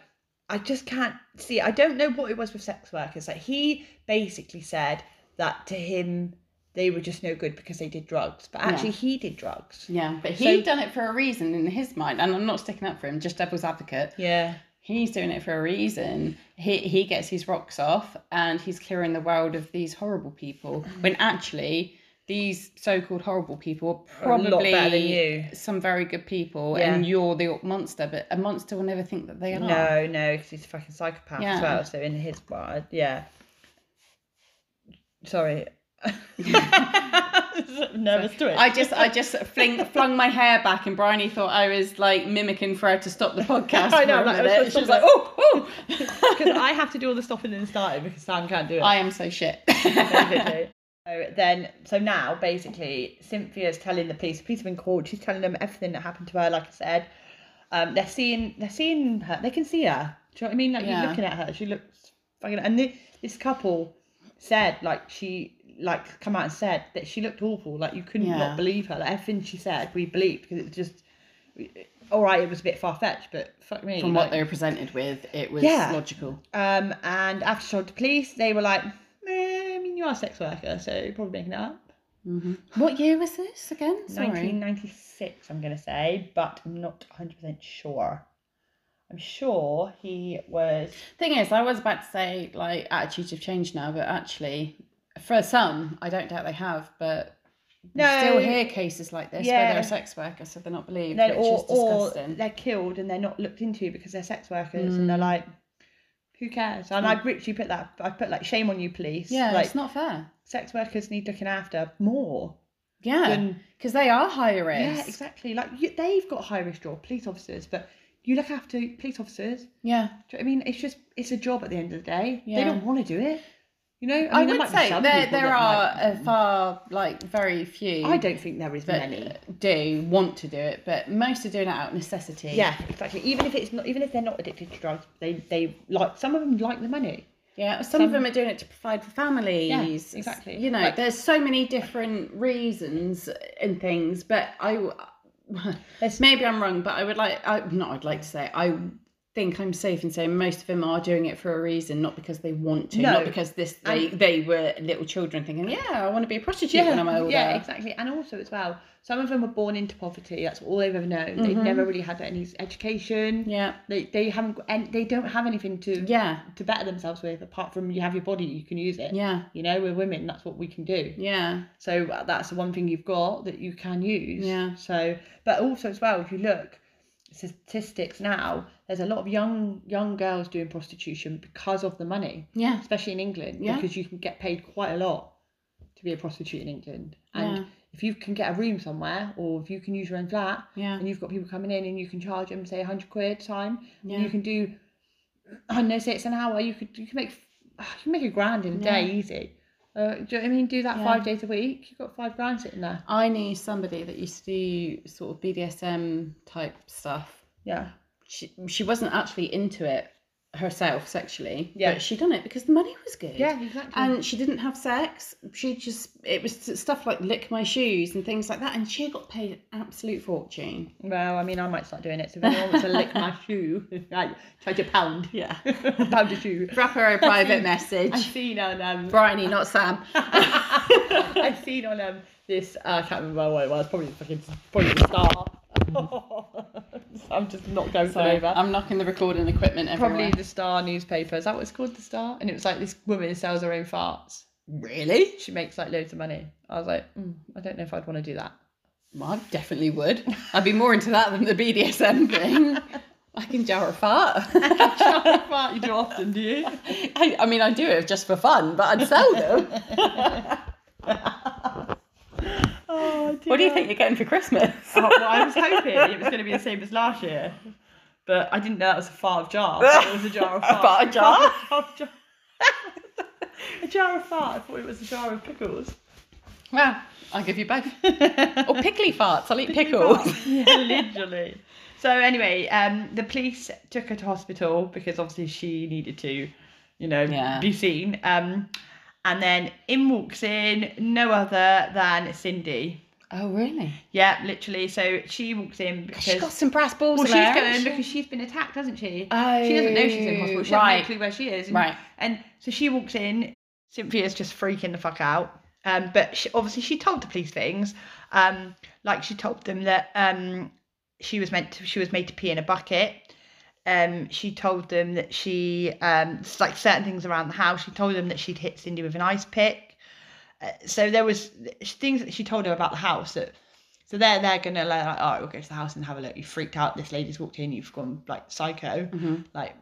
Speaker 2: I just can't see. I don't know what it was with sex workers. Like he basically said that to him, they were just no good because they did drugs. But actually, he did drugs.
Speaker 1: Yeah, but he'd
Speaker 2: So-
Speaker 1: done it for a reason in his mind, and I'm not sticking up for him. Just devil's advocate.
Speaker 2: Yeah,
Speaker 1: he's doing it for a reason. He he gets his rocks off and he's clearing the world of these horrible people
Speaker 2: Mm.
Speaker 1: when actually these so-called horrible people are
Speaker 2: Are a lot
Speaker 1: probably
Speaker 2: better than you.
Speaker 1: some very good people
Speaker 2: Yeah.
Speaker 1: and you're the monster but a monster will never think that they are
Speaker 2: no, no, because he's a fucking psychopath
Speaker 1: Oh. Yeah.
Speaker 2: as well. So in his mind, yeah. Sorry. Nervous twitch.
Speaker 1: I just I just fling flung my hair back and Bryony thought I was like mimicking for her to stop the podcast
Speaker 2: I know,
Speaker 1: for a
Speaker 2: like, I was
Speaker 1: minute.
Speaker 2: supposed
Speaker 1: She was
Speaker 2: to stop
Speaker 1: like oh oh
Speaker 2: because I have to do all the stopping and starting because Sam can't do it.
Speaker 1: I am so shit
Speaker 2: Basically. So then, so now basically, Cynthia's telling the police. The police have been called. She's telling them everything that happened to her. Like I said, um, they're seeing, they're seeing her. They can see her. Do you know what I mean? Like
Speaker 1: Yeah.
Speaker 2: you're looking at her. She looks fucking. And thi- this couple said like she like come out and said that she looked awful. Like you couldn't
Speaker 1: Yeah.
Speaker 2: not believe her. Like everything she said, we believed because it was just. All right, it was a bit far fetched, but fuck me.
Speaker 1: From
Speaker 2: like-
Speaker 1: what they were presented with, it was
Speaker 2: Yeah.
Speaker 1: logical.
Speaker 2: um, and after she told the police, they were like, eh, I mean, you are a sex worker, so you're probably making it up.
Speaker 1: What year was this again? Sorry.
Speaker 2: 1996, I'm going to say, but I'm not 100% sure. I'm sure he was.
Speaker 1: Thing is, I was about to say like attitudes have changed now, but actually, for some, I don't doubt they have, but we
Speaker 2: No.
Speaker 1: still hear cases like this where
Speaker 2: Yeah.
Speaker 1: they're a sex worker, so they're not believed,
Speaker 2: Then,
Speaker 1: which
Speaker 2: or,
Speaker 1: is
Speaker 2: or
Speaker 1: disgusting.
Speaker 2: they're killed and they're not looked into because they're sex workers and they're
Speaker 1: Mm.
Speaker 2: like, who cares? And I literally put that, I put like, shame on you, police.
Speaker 1: yeah,
Speaker 2: Like,
Speaker 1: it's not fair.
Speaker 2: sex workers need looking after more
Speaker 1: Yeah,
Speaker 2: than
Speaker 1: because they are high risk.
Speaker 2: Yeah, exactly. Like you, they've got high risk draw police officers, but you look after police officers. Do
Speaker 1: Yeah,
Speaker 2: you know what I mean? It's just it's a job at the end of the day. They
Speaker 1: Yeah.
Speaker 2: don't want to do it. You know, I, mean,
Speaker 1: I,
Speaker 2: there
Speaker 1: would
Speaker 2: might be
Speaker 1: say
Speaker 2: some
Speaker 1: there
Speaker 2: people
Speaker 1: there
Speaker 2: that
Speaker 1: are
Speaker 2: might-
Speaker 1: a far like very few.
Speaker 2: I don't think there is
Speaker 1: that
Speaker 2: many.
Speaker 1: do want to do it, but most are doing it out of necessity.
Speaker 2: Yeah, exactly. Even if it's not, even if they're not addicted to drugs, they they like some of them like the money.
Speaker 1: Yeah, some, of
Speaker 2: Some-
Speaker 1: them are doing it to provide for families.
Speaker 2: Yeah, exactly.
Speaker 1: You know,
Speaker 2: Like-
Speaker 1: there's so many different reasons and things, but I, w-
Speaker 2: There's-
Speaker 1: maybe I'm wrong, but I would like, I not, I'd like to say, I think I'm safe in saying most of them are doing it for a reason, not because they want to,
Speaker 2: No.
Speaker 1: not because this they, they were little children thinking, yeah, I want to be a prostitute when I'm older.
Speaker 2: yeah, exactly. And also as well, some of them were born into poverty. That's all they've ever known. They've never really had any education.
Speaker 1: yeah,
Speaker 2: They they haven't got any, they don't have anything to
Speaker 1: yeah,
Speaker 2: to better themselves with apart from you have your body, you can use it.
Speaker 1: yeah,
Speaker 2: You know, we're women, that's what we can do.
Speaker 1: yeah.
Speaker 2: So uh, that's the one thing you've got that you can use.
Speaker 1: Yeah.
Speaker 2: So, but also as well, if you look statistics now, there's a lot of young young girls doing prostitution because of the money,
Speaker 1: Yeah,
Speaker 2: especially in England,
Speaker 1: Yeah.
Speaker 2: because you can get paid quite a lot to be a prostitute in England. And
Speaker 1: Yeah.
Speaker 2: if you can get a room somewhere, or if you can use your own flat,
Speaker 1: yeah,
Speaker 2: and you've got people coming in and you can charge them say 100 quid time
Speaker 1: Yeah.
Speaker 2: and you can do i don't know say it's an hour you could you can make you can make a grand in a day easy uh, do you know what I mean? Do that
Speaker 1: Yeah.
Speaker 2: five days a week. You've got five grand sitting there.
Speaker 1: I knew somebody that used to do sort of BDSM type stuff,
Speaker 2: Yeah.
Speaker 1: she she wasn't actually into it herself sexually.
Speaker 2: Yeah.
Speaker 1: But she done it because the money was good.
Speaker 2: Yeah, exactly.
Speaker 1: And she didn't have sex. She just it was stuff like lick my shoes and things like that. And she got paid an absolute fortune.
Speaker 2: well, I mean, I might start doing it. So if anyone wants to lick my shoe, right, charge a pound.
Speaker 1: Yeah.
Speaker 2: pound a shoe.
Speaker 1: Drop her a private
Speaker 2: I've
Speaker 1: message.
Speaker 2: seen on um,
Speaker 1: Bryony, not Sam.
Speaker 2: I've seen on um this uh, I can't remember what it was. Probably the fucking probably the star. I'm just not going
Speaker 1: Sorry,
Speaker 2: over.
Speaker 1: I'm knocking the recording equipment
Speaker 2: probably
Speaker 1: everywhere.
Speaker 2: the Star newspaper. Is that what it's called, the Star? And it was like this woman sells her own farts.
Speaker 1: really?
Speaker 2: She makes like loads of money. I was like, mm, I don't know if I'd want to do that.
Speaker 1: Well, I definitely would. I'd be more into that than the BDSM thing. I can jar a fart.
Speaker 2: fart you do often, do you?
Speaker 1: I, I mean, I do it just for fun, but I'd sell them.
Speaker 2: Oh, dear.
Speaker 1: What do you think you're getting for Christmas?
Speaker 2: Oh, well, I was hoping it was going to be the same as last year, but I didn't know that was a fart jar. I thought It was a jar of
Speaker 1: A
Speaker 2: fart.
Speaker 1: fart jar?
Speaker 2: Fart jar. a jar of fart. I thought it was a jar of pickles.
Speaker 1: Well, I'll give you both. or pickly farts. I'll eat pickles.
Speaker 2: yeah, literally. So anyway, um, the police took her to hospital because obviously she needed to, you know,
Speaker 1: Yeah.
Speaker 2: be seen. Um, and then in walks in no other than Cindy.
Speaker 1: Oh, really?
Speaker 2: Yeah, literally. So she walks in because
Speaker 1: She's got some brass balls in
Speaker 2: well, she's
Speaker 1: there,
Speaker 2: going
Speaker 1: hasn't she?
Speaker 2: because she's been attacked, hasn't she?
Speaker 1: Oh,
Speaker 2: she doesn't know she's in hospital. She
Speaker 1: right.
Speaker 2: doesn't know where she is. And,
Speaker 1: Right.
Speaker 2: And so she walks in. Cynthia's just freaking the fuck out. Um, but she, obviously she told the police things. Um, like she told them that um, she was meant to, she was made to pee in a bucket. Um, she told them that she um, s- like certain things around the house. She told them that she'd hit Cindy with an ice pick. Uh, so there was sh- things that she told her about the house that. So they're they're gonna like, all right, we'll go to the house and have a look. You freaked out. This lady's walked in. You've gone like psycho
Speaker 1: Mm-hmm.
Speaker 2: like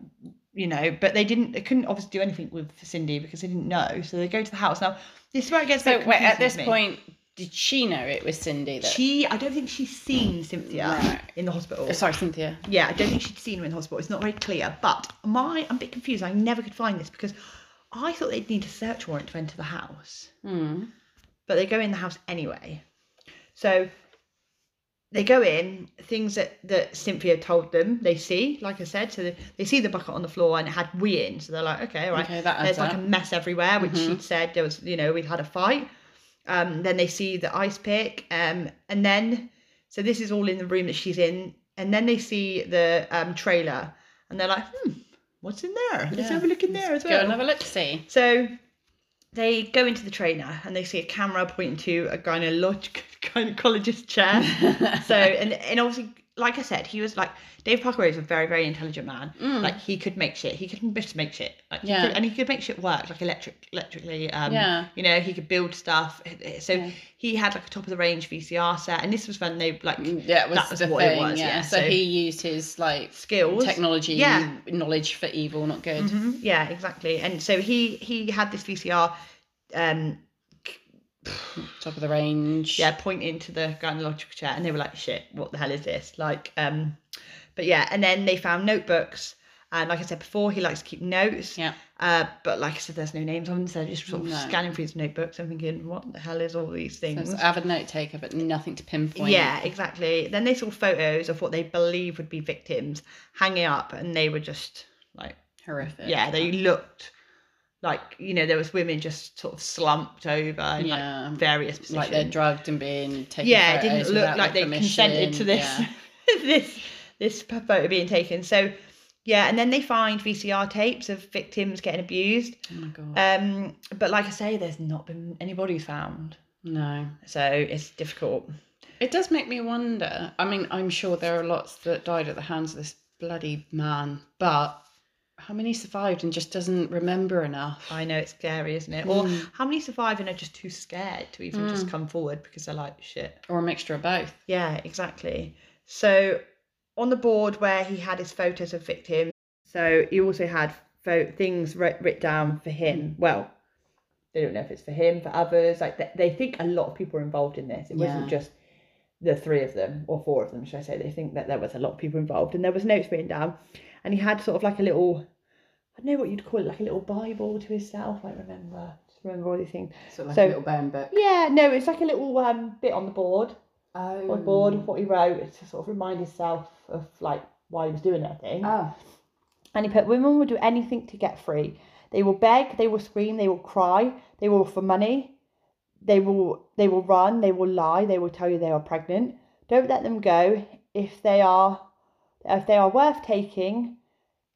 Speaker 2: you know but they didn't they couldn't obviously do anything with cindy because they didn't know so they go to the house now this is where it gets a
Speaker 1: So
Speaker 2: bit
Speaker 1: wait, at
Speaker 2: confusing
Speaker 1: this
Speaker 2: to me.
Speaker 1: point, did she know it was Cindy that...
Speaker 2: she i don't think she's seen cynthia
Speaker 1: Right.
Speaker 2: in the hospital
Speaker 1: Sorry, Cynthia.
Speaker 2: yeah i don't think she'd seen her in the hospital it's not very clear but my i'm a bit confused i never could find this because i thought they'd need a search warrant to enter the house
Speaker 1: Hmm.
Speaker 2: but they go in the house anyway. So they go in, things that, that Cynthia told them they see, like I said, so they, they see the bucket on the floor and it had we in. So they're like, okay, all right.
Speaker 1: Okay, that
Speaker 2: There's
Speaker 1: adds
Speaker 2: like
Speaker 1: up. Mm-hmm.
Speaker 2: a mess everywhere, which she'd said there was, you know, we'd had a fight. Um, then they see the ice pick, um, and then so this is all in the room that she's in, and then they see the um, trailer, and they're like, hmm, what's in there? Let's
Speaker 1: Yeah.
Speaker 2: have a look in there as
Speaker 1: Go
Speaker 2: well.
Speaker 1: and have a look see.
Speaker 2: So they go into the trainer and they see a camera pointing to a gynecolog- gynecologist chair. so and and obviously, like I said, he was like Dave Parker is a very very intelligent man. Like he could make shit. He could just make shit. Like, he
Speaker 1: Mm. Yeah.
Speaker 2: could- and he could make shit work like electric electrically. Um,
Speaker 1: Yeah.
Speaker 2: You know he could build stuff. So
Speaker 1: Yeah.
Speaker 2: he had like a top of the range VCR set, and this was when they like
Speaker 1: Yeah, it was
Speaker 2: that was
Speaker 1: the
Speaker 2: what
Speaker 1: thing.
Speaker 2: it was.
Speaker 1: yeah. So, he used his like
Speaker 2: skills
Speaker 1: technology
Speaker 2: Yeah.
Speaker 1: knowledge for evil, not good.
Speaker 2: Mhm, Yeah, exactly. And so he he had this VCR. Um,
Speaker 1: Top of the range.
Speaker 2: yeah, pointing to the gynecological chair, and they were like, "Shit, what the hell is this?" Like, um, but yeah, and then they found notebooks, and like I said before, he likes to keep notes.
Speaker 1: Yeah.
Speaker 2: Uh, but like I said, there's no names on them, so just sort of
Speaker 1: No.
Speaker 2: scanning through his notebooks and thinking, "What the hell is all these things?"
Speaker 1: So avid note taker, but nothing to pinpoint.
Speaker 2: yeah, exactly. Then they saw photos of what they believe would be victims hanging up, and they were just like,
Speaker 1: Horrific.
Speaker 2: yeah, they looked like you know there was women just sort of slumped over in
Speaker 1: Yeah.
Speaker 2: like various positions.
Speaker 1: Like they're drugged and being taken.
Speaker 2: yeah,
Speaker 1: photos
Speaker 2: it didn't look
Speaker 1: without
Speaker 2: like
Speaker 1: their
Speaker 2: they consented to
Speaker 1: permission.
Speaker 2: this
Speaker 1: Yeah.
Speaker 2: this this photo being taken. So yeah, and then they find VCR tapes of victims getting abused.
Speaker 1: Oh my god.
Speaker 2: Um, but like I say, there's not been any bodies found,
Speaker 1: no.
Speaker 2: so it's difficult.
Speaker 1: It does make me wonder. I mean, I'm sure there are lots that died at the hands of this bloody man, but how many survived and just doesn't remember enough?
Speaker 2: I know it's scary, isn't it?
Speaker 1: Mm.
Speaker 2: Or how many survive and are just too scared to even just come forward because they're like, shit.
Speaker 1: Or a mixture of both.
Speaker 2: Yeah, exactly. So on the board where he had his photos of victims, so he also had pho- things writ writ down for him. Well, they don't know if it's for him, for others. Like they, they think a lot of people are involved in this. It wasn't
Speaker 1: Yeah.
Speaker 2: just the three of them or four of them, should I say? They think that there was a lot of people involved, and there was notes written down, and he had sort of like a little. I don't know what you'd call it, like a little Bible to himself, like remember, just remember all these things.
Speaker 1: Sort
Speaker 2: like a So- little
Speaker 1: burn book.
Speaker 2: Yeah, no, it's like a little um, bit on the board,
Speaker 1: Oh.
Speaker 2: on board of what he wrote to sort of remind himself of like why he was doing that thing.
Speaker 1: Oh.
Speaker 2: And he put, "Women will do anything to get free. They will beg, they will scream, they will cry, they will for money, they will they will run, they will lie, they will tell you they are pregnant. Don't let them go. If they are, if they are worth taking."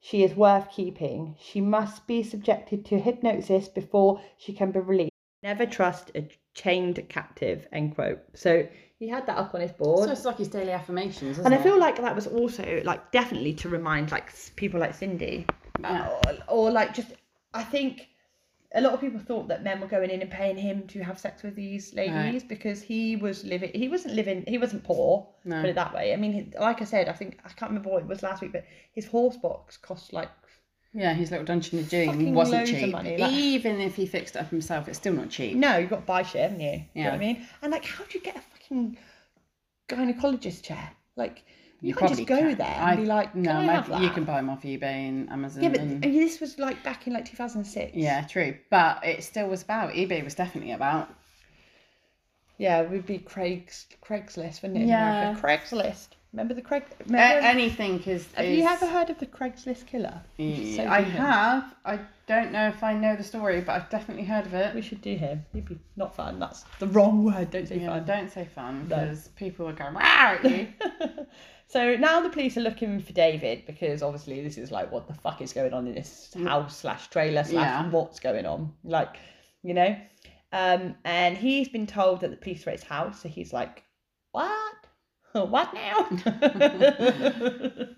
Speaker 2: She is worth keeping. She must be subjected to hypnosis before she can be released. Never trust a chained captive. End quote. So he had that up on his board
Speaker 1: So it's like his daily affirmations, isn't
Speaker 2: and I
Speaker 1: it?
Speaker 2: feel like that was also like definitely to remind like s- people like Cindy, Uh,
Speaker 1: Yeah.
Speaker 2: or, or like just I think a lot of people thought that men were going in and paying him to have sex with these ladies because he was living. He wasn't living. He wasn't poor.
Speaker 1: No.
Speaker 2: Put it that way. I mean, he- like I said, I think I can't remember what it was last week, but his horse box cost like
Speaker 1: yeah, his little dungeon of
Speaker 2: Fucking
Speaker 1: doing wasn't
Speaker 2: loads of
Speaker 1: cheap.
Speaker 2: money, like-
Speaker 1: Even if he fixed it up himself, it's still not cheap.
Speaker 2: no, you got to buy shit, haven't you? Do you know
Speaker 1: Yeah.
Speaker 2: what I mean? And like, how do you get a fucking gynecologist chair? Like, you,
Speaker 1: You
Speaker 2: can't just
Speaker 1: probably
Speaker 2: go
Speaker 1: can.
Speaker 2: there and
Speaker 1: I-
Speaker 2: be like, can
Speaker 1: no,
Speaker 2: I
Speaker 1: my-
Speaker 2: have that?
Speaker 1: you can buy them off eBay and Amazon.
Speaker 2: Yeah, but
Speaker 1: and-
Speaker 2: I mean, this was like back in like 2006.
Speaker 1: yeah, true. But it still was about eBay was definitely about
Speaker 2: Yeah, it would be Craig's Craigslist, wouldn't it? in
Speaker 1: Yeah.
Speaker 2: America? Craigslist. Remember the Craig?
Speaker 1: A-
Speaker 2: Remember,
Speaker 1: anything. Is
Speaker 2: have you ever heard of the Craigslist killer? We should so
Speaker 1: I
Speaker 2: do him.
Speaker 1: have. I don't know if I know the story, but I've definitely heard of
Speaker 2: We
Speaker 1: it.
Speaker 2: should do him. He'd be not fun. That's the wrong word. Don't say
Speaker 1: Yeah,
Speaker 2: fun.
Speaker 1: don't say fun
Speaker 2: No.
Speaker 1: because people are going "Rah!" at you.
Speaker 2: So now the police are looking for David because obviously this is like what the fuck is going on in this house slash trailer slash
Speaker 1: Mm. Yeah.
Speaker 2: what's going on like you know, um and he's been told that the police are at his house so he's like what what now?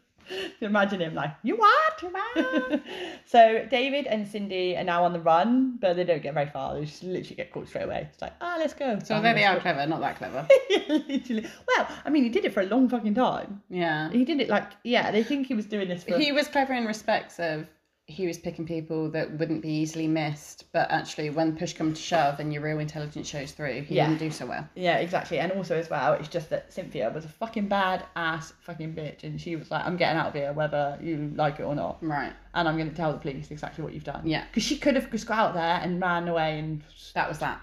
Speaker 2: Imagine him like you what you what? so David and Cindy are now on the run but they don't get very far they just literally get caught straight away it's like ah let's go
Speaker 1: So
Speaker 2: Down
Speaker 1: there they
Speaker 2: the
Speaker 1: are,
Speaker 2: street.
Speaker 1: clever, not that clever.
Speaker 2: literally well I mean he did it for a long fucking time.
Speaker 1: Yeah.
Speaker 2: He did it like yeah. They think he was doing this for.
Speaker 1: He was clever in respects of he was picking people that wouldn't be easily missed, but actually, when push comes to shove and your real intelligence shows through, he
Speaker 2: Yeah.
Speaker 1: didn't do so well.
Speaker 2: Yeah, exactly. And also as well, it's just that Cynthia was a fucking bad ass fucking bitch, and she was like, "I'm getting out of here, whether you like it or not,
Speaker 1: Right.
Speaker 2: and I'm going to tell the police exactly what you've done."
Speaker 1: Yeah.
Speaker 2: Because she could have just got out there and ran away, and
Speaker 1: That was that.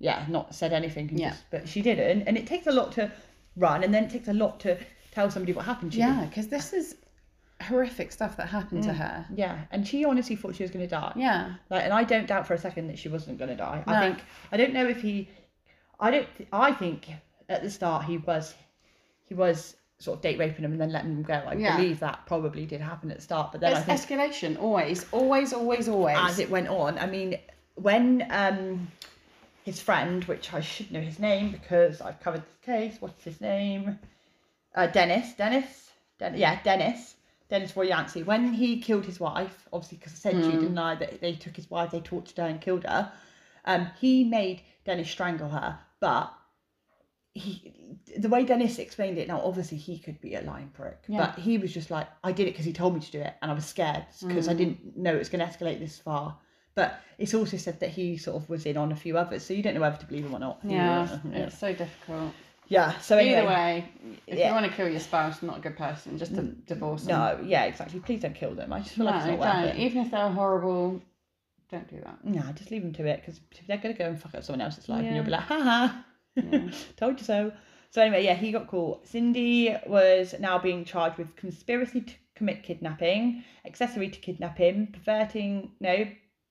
Speaker 2: yeah, not said anything. and
Speaker 1: Yeah.
Speaker 2: just- but she didn't. And it takes a lot to run, and then it takes a lot to tell somebody what happened to
Speaker 1: Yeah,
Speaker 2: you.
Speaker 1: because this is horrific stuff that happened
Speaker 2: Mm.
Speaker 1: to her.
Speaker 2: Yeah. And she honestly thought she was going to die.
Speaker 1: Yeah.
Speaker 2: Like, and I don't doubt for a second that she wasn't going to die. I
Speaker 1: No.
Speaker 2: think I don't know if he, I don't. th- I think at the start he was, he was sort of date raping him and then letting him go. I
Speaker 1: Yeah.
Speaker 2: believe that probably did happen at the start, but then
Speaker 1: There's
Speaker 2: I think
Speaker 1: escalation always, always, always, always.
Speaker 2: as it went on, I mean, when um, his friend, which I should know his name because I've covered this case. What's his name? Uh, Dennis. Dennis. Den- yeah, Dennis. Dennis Roy Yancey. When he killed his wife, obviously because essentially
Speaker 1: Hmm.
Speaker 2: didn't I that they took his wife, they tortured her and killed her. Um, he made Dennis strangle her, but he the way Dennis explained it now obviously he could be a lying prick
Speaker 1: Yeah.
Speaker 2: but he was just like I did it because he told me to do it and I was scared because I
Speaker 1: Mm.
Speaker 2: didn't know it was going to escalate this far but it's also said that he sort of was in on a few others so you don't know whether to believe him or not
Speaker 1: yeah,
Speaker 2: yeah,
Speaker 1: it's so difficult.
Speaker 2: Yeah, so
Speaker 1: Either
Speaker 2: anyway
Speaker 1: way, if
Speaker 2: yeah. Mm.
Speaker 1: you want to kill your spouse, not a good person, just to divorce them.
Speaker 2: no yeah exactly please don't kill them I just feel like it's
Speaker 1: No,
Speaker 2: not worth
Speaker 1: don't.
Speaker 2: it
Speaker 1: Even if they're horrible, don't do that.
Speaker 2: no just leave them to it because they're going to go and fuck up someone else's life and you'll
Speaker 1: Yeah.
Speaker 2: be like haha
Speaker 1: Yeah.
Speaker 2: Told you so. So anyway, yeah, he got caught. Cindy was now being charged with conspiracy to commit kidnapping, accessory to kidnapping, perverting no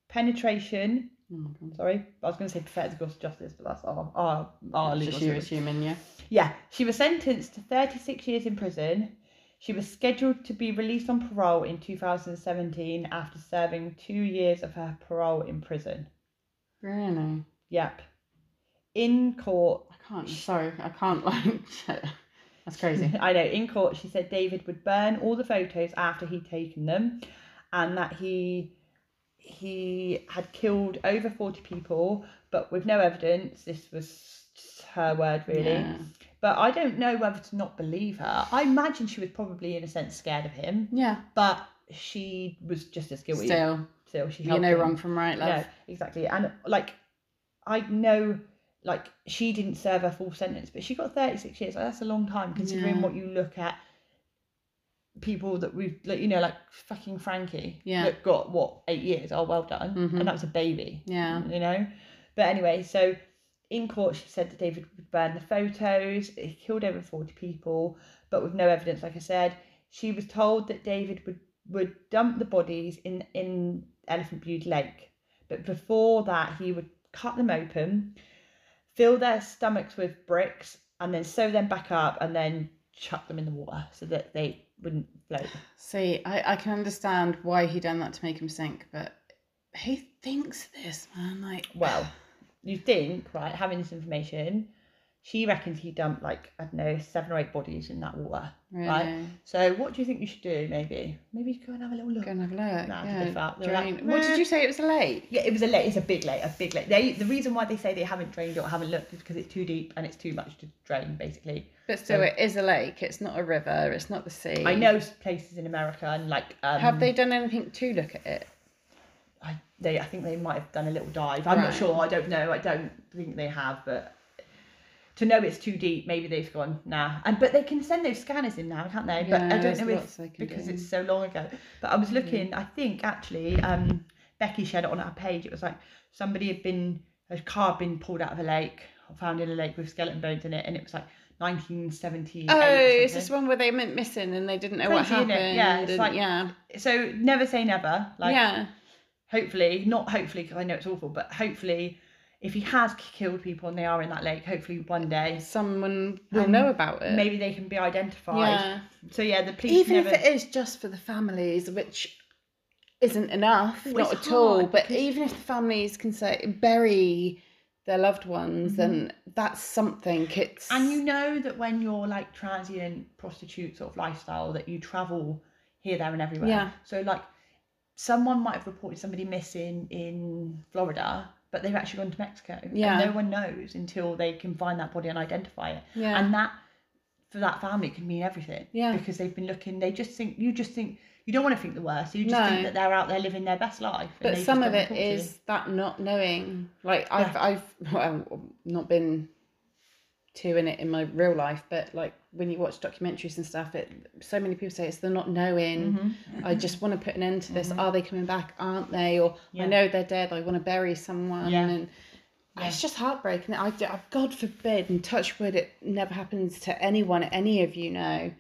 Speaker 2: penetration.
Speaker 1: Oh my God.
Speaker 2: Sorry, I was going to say pervert the course of justice, but that's our our, our
Speaker 1: It's
Speaker 2: legal.
Speaker 1: just you
Speaker 2: service.
Speaker 1: assuming, yeah.
Speaker 2: Yeah, she was sentenced to thirty six years in prison. She was scheduled to be released on parole in 2017 after serving two years of her parole in prison.
Speaker 1: Really?
Speaker 2: Yep. In court,
Speaker 1: I can't. Sorry, I can't. Like, that's crazy.
Speaker 2: I know. In court, she said David would burn all the photos after he'd taken them, and that he he had killed over forty people, but with no evidence. This was just her word, really.
Speaker 1: Yeah.
Speaker 2: But I don't know whether to not believe her. I imagine she was probably, in a sense, scared of him,
Speaker 1: Yeah.
Speaker 2: but she was just as guilty.
Speaker 1: Still,
Speaker 2: Still, she
Speaker 1: you
Speaker 2: helped
Speaker 1: know
Speaker 2: him.
Speaker 1: wrong from right, love.
Speaker 2: No, exactly. And like, I know, like she didn't serve her full sentence, but she got thirty six years. Like, that's a long time considering
Speaker 1: Yeah.
Speaker 2: what you look at. People that we've, like, you know, like fucking Frankie,
Speaker 1: Yeah.
Speaker 2: that got what eight years. Oh, well done,
Speaker 1: Mhm.
Speaker 2: and that was a baby.
Speaker 1: Yeah.
Speaker 2: you know. But anyway, so in court, she said that David would burn the photos. He killed over forty people, but with no evidence. Like I said, she was told that David would would dump the bodies in in Elephant Butte Lake, but before that, he would cut them open, fill their stomachs with bricks, and then sew them back up, and then chuck them in the water so that they wouldn't float.
Speaker 1: See, I, I can understand why he done that to make him sink, but who thinks this, man? Like,
Speaker 2: Well, you think right, having this information, she reckons he dumped like I don't know seven or eight bodies in that water.
Speaker 1: really?
Speaker 2: right. So what do you think you should do? Maybe maybe go and have a little look.
Speaker 1: Go and have a look.
Speaker 2: Nah,
Speaker 1: yeah.
Speaker 2: they felt- they were
Speaker 1: drain-
Speaker 2: like,
Speaker 1: what
Speaker 2: "Meh."
Speaker 1: did you say? It was a lake.
Speaker 2: Yeah, it was a lake. It's a big lake. A big lake. They the reason why they say they haven't drained it or haven't looked is because it's too deep and it's too much to drain. Basically,
Speaker 1: But still,
Speaker 2: Um,
Speaker 1: it is a lake. It's not a river. It's not the sea.
Speaker 2: I know places in America and like um,
Speaker 1: Have they done anything to look at it?
Speaker 2: I, they, I think they might have done a little dive. I'm not
Speaker 1: Right.
Speaker 2: sure. I don't know. I don't think they have, but to know it's too deep, maybe they've gone nah. And but they can send those scanners in now, can't they? but I
Speaker 1: there's
Speaker 2: don't know if
Speaker 1: lots they can
Speaker 2: because
Speaker 1: do.
Speaker 2: it's so long ago. But I was looking. I think actually, um, Becky shared it on her page. It was like somebody had been a car had been pulled out of a lake, or found in a lake with skeleton bones in it, and it was like 1978.
Speaker 1: Oh,
Speaker 2: or
Speaker 1: is
Speaker 2: something.
Speaker 1: this one where they went missing and they didn't know what
Speaker 2: Crazy, isn't
Speaker 1: happened?
Speaker 2: it? Yeah, it's
Speaker 1: and-
Speaker 2: like-
Speaker 1: yeah,
Speaker 2: so never say never. Like
Speaker 1: yeah,
Speaker 2: hopefully not hopefully because i know it's awful but hopefully if he has k- killed people and they are in that lake hopefully one day
Speaker 1: someone will
Speaker 2: Um,
Speaker 1: know about it.
Speaker 2: maybe they can be identified
Speaker 1: yeah.
Speaker 2: so yeah the police
Speaker 1: Even
Speaker 2: never
Speaker 1: if it is just for the families, which isn't enough,
Speaker 2: Well,
Speaker 1: not
Speaker 2: Oh, it's
Speaker 1: at all.
Speaker 2: hard
Speaker 1: But
Speaker 2: because-
Speaker 1: even if the families can say bury their loved ones, then that's something. It's
Speaker 2: Mm-hmm. and you know that when you're like transient prostitute sort of lifestyle that you travel here there and everywhere
Speaker 1: Yeah.
Speaker 2: so like someone might have reported somebody missing in florida but they've actually gone to mexico
Speaker 1: Yeah.
Speaker 2: and no one knows until they can find that body and identify it
Speaker 1: yeah.
Speaker 2: and that for that family can mean everything
Speaker 1: Yeah.
Speaker 2: because they've been looking they just think you just think you don't want to think the worst you just think
Speaker 1: No.
Speaker 2: that they're out there living their best life and
Speaker 1: but
Speaker 2: they
Speaker 1: some
Speaker 2: just
Speaker 1: of
Speaker 2: don't
Speaker 1: it
Speaker 2: report to you.
Speaker 1: is that not knowing like i've i've well not been too in it in my real life but like when you watch documentaries and stuff it so many people say it's the not knowing
Speaker 2: Mhm.
Speaker 1: i just want to put an end to this
Speaker 2: Mhm.
Speaker 1: are they coming back aren't they or
Speaker 2: Yeah.
Speaker 1: i know they're dead i want to bury someone
Speaker 2: Yeah.
Speaker 1: and It's just heartbreaking. I, I, God forbid, and touch wood, it never happens to anyone, any of you know.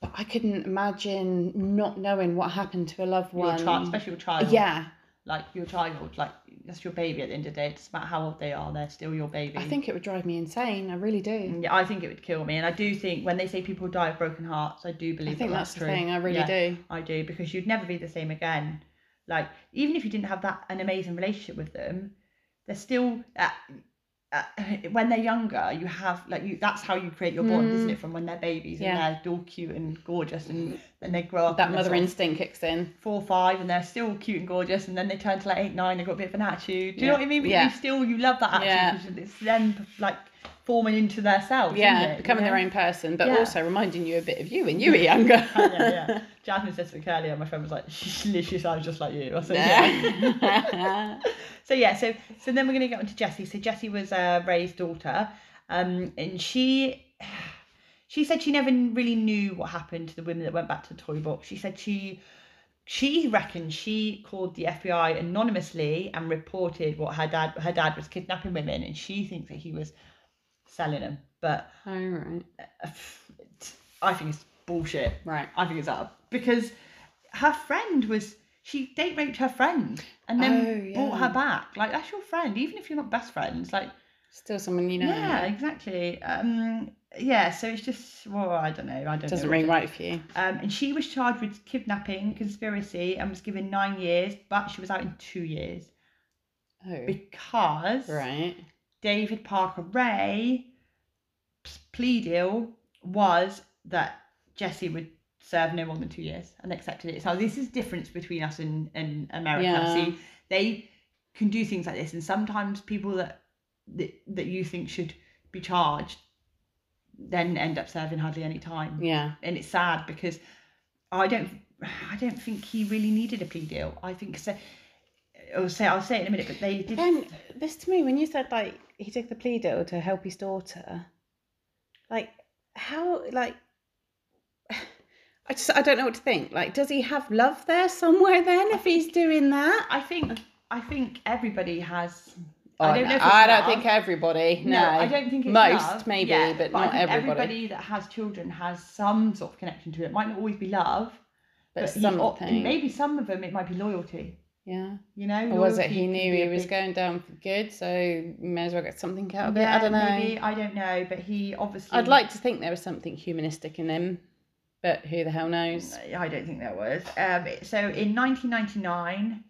Speaker 1: But I couldn't imagine not knowing what happened to a loved
Speaker 2: Your
Speaker 1: one.
Speaker 2: child, especially your child.
Speaker 1: yeah,
Speaker 2: Like your child, like that's your baby at the end of the day. It doesn't matter how old they are, they're still your baby.
Speaker 1: I think it would drive me insane. I really do.
Speaker 2: Yeah, I think it would kill me. And I do think when they say people die of broken hearts, I do believe
Speaker 1: I think
Speaker 2: that
Speaker 1: that's,
Speaker 2: that's
Speaker 1: the
Speaker 2: true.
Speaker 1: thing. I really
Speaker 2: Yeah.
Speaker 1: do.
Speaker 2: I do because you'd never be the same again. Like even if you didn't have that an amazing relationship with them, they're still uh, uh, when they're younger. You have like you that's how you create your bond, isn't
Speaker 1: Mm.
Speaker 2: it? From when they're babies
Speaker 1: Yeah.
Speaker 2: and they're all cute and gorgeous, and then they grow up.
Speaker 1: That
Speaker 2: and they're
Speaker 1: mother
Speaker 2: sort of
Speaker 1: instinct kicks in.
Speaker 2: four or five, and they're still cute and gorgeous, and then they turn to like eight, nine. They've got a bit of an attitude. Do you know
Speaker 1: Yeah.
Speaker 2: what I mean? But
Speaker 1: Yeah.
Speaker 2: you still you love that attitude
Speaker 1: Yeah.
Speaker 2: because it's them like forming into themselves. isn't
Speaker 1: Yeah,
Speaker 2: it?
Speaker 1: becoming
Speaker 2: You know?
Speaker 1: their own person, but
Speaker 2: Yeah.
Speaker 1: also reminding you a bit of you when you were younger.
Speaker 2: yeah, yeah. Jasmine said something earlier, and my friend was like, she literally sounds just like you. I said, yeah.
Speaker 1: yeah.
Speaker 2: So yeah, so so then we're gonna get on to Jessie. So Jessie was uh, Ray's daughter, um, and she she said she never really knew what happened to the women that went back to the toy box. She said she she reckoned she called the FBI anonymously and reported what her dad her dad was kidnapping women, and she thinks that he was selling them. But
Speaker 1: All right.
Speaker 2: uh, I think it's bullshit.
Speaker 1: Right.
Speaker 2: I think it's up because her friend was she date raped her friend and
Speaker 1: Oh,
Speaker 2: then
Speaker 1: yeah.
Speaker 2: brought her back. Like that's your friend, even if you're not best friends. Like
Speaker 1: Still someone you know.
Speaker 2: yeah, exactly. Um, yeah, so it's just well, I don't know. I don't.
Speaker 1: Doesn't
Speaker 2: know.
Speaker 1: ring right for you.
Speaker 2: Um, and she was charged with kidnapping, conspiracy, and was given nine years, but she was out in two years
Speaker 1: Oh.
Speaker 2: because
Speaker 1: Right.
Speaker 2: David Parker Ray p- plea deal was that Jesse would serve no more than two years and accepted it. So this is difference between us and, and America.
Speaker 1: Yeah.
Speaker 2: See, they can do things like this, and sometimes people that that, that you think should be charged then end up serving hardly any time,
Speaker 1: Yeah.
Speaker 2: and it's sad because I don't I don't think he really needed a plea deal. I think so. I'll say I'll say it in a minute, but they did.
Speaker 1: Then this to me, when you said like he took the plea deal to help his daughter, like how like I just I don't know what to think. Like, does he have love there somewhere then if he's doing that?
Speaker 2: I think I think everybody has.
Speaker 1: I
Speaker 2: don't
Speaker 1: don't,
Speaker 2: know if
Speaker 1: I
Speaker 2: it's
Speaker 1: don't
Speaker 2: love.
Speaker 1: think everybody. No,
Speaker 2: I don't think it's
Speaker 1: most
Speaker 2: love.
Speaker 1: maybe,
Speaker 2: Yeah,
Speaker 1: but,
Speaker 2: I
Speaker 1: not
Speaker 2: think
Speaker 1: everybody.
Speaker 2: Everybody that has children has some sort of connection to it. Might not always be love,
Speaker 1: but,
Speaker 2: he- or-
Speaker 1: something.
Speaker 2: maybe some of them it might be loyalty.
Speaker 1: yeah.
Speaker 2: You know,
Speaker 1: Or was it
Speaker 2: Loyalty
Speaker 1: he
Speaker 2: can
Speaker 1: knew
Speaker 2: be a
Speaker 1: he was
Speaker 2: big-
Speaker 1: going down for good, so may as well get something out of
Speaker 2: Yeah,
Speaker 1: it. I don't know.
Speaker 2: Maybe, I don't know, but he obviously.
Speaker 1: I'd like to think there was something humanistic in him, but who the hell knows?
Speaker 2: I don't think there was. Um, so in 1999,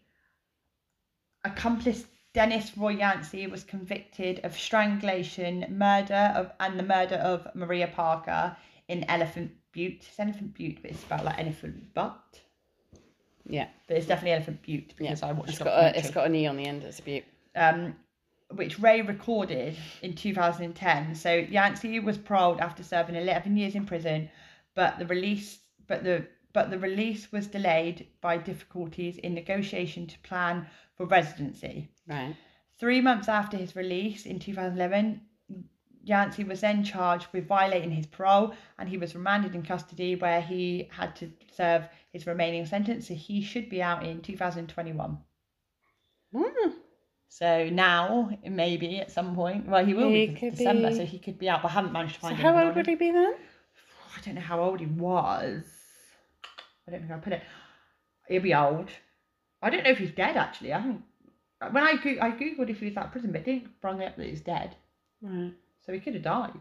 Speaker 2: accomplice Dennis Roy Yancey was convicted of strangulation, murder of, and the murder of Maria Parker in Elephant Butte. It's Elephant Butte, but it's about like elephant butt.
Speaker 1: Yeah.
Speaker 2: But it's definitely Elephant Butte
Speaker 1: Yeah,
Speaker 2: because I watched
Speaker 1: it's
Speaker 2: the
Speaker 1: got a, it's
Speaker 2: documentary.
Speaker 1: got an e on the end. It's a beaut.
Speaker 2: um, which Ray recorded in 2010. So Yancey was paroled after serving 11 years in prison, but the release, but the but the release was delayed by difficulties in negotiation to plan for residency.
Speaker 1: Right.
Speaker 2: Three months after his release in 2011, Yancey was then charged with violating his parole and he was remanded in custody where he had to serve his remaining sentence. So he should be out in 2021.
Speaker 1: Mm.
Speaker 2: So now, maybe at some point, well, he will
Speaker 1: He
Speaker 2: be 'cause
Speaker 1: could
Speaker 2: it's December,
Speaker 1: be-
Speaker 2: so he could be out. But I haven't managed to
Speaker 1: So
Speaker 2: find.
Speaker 1: how old would he be then?
Speaker 2: I don't know how old he was. I don't think I put it. He'll be old. I don't know if he's dead actually. I haven't. When I go- I googled if he was out of prison, but it didn't bring up that he's dead.
Speaker 1: Right.
Speaker 2: So he could have died.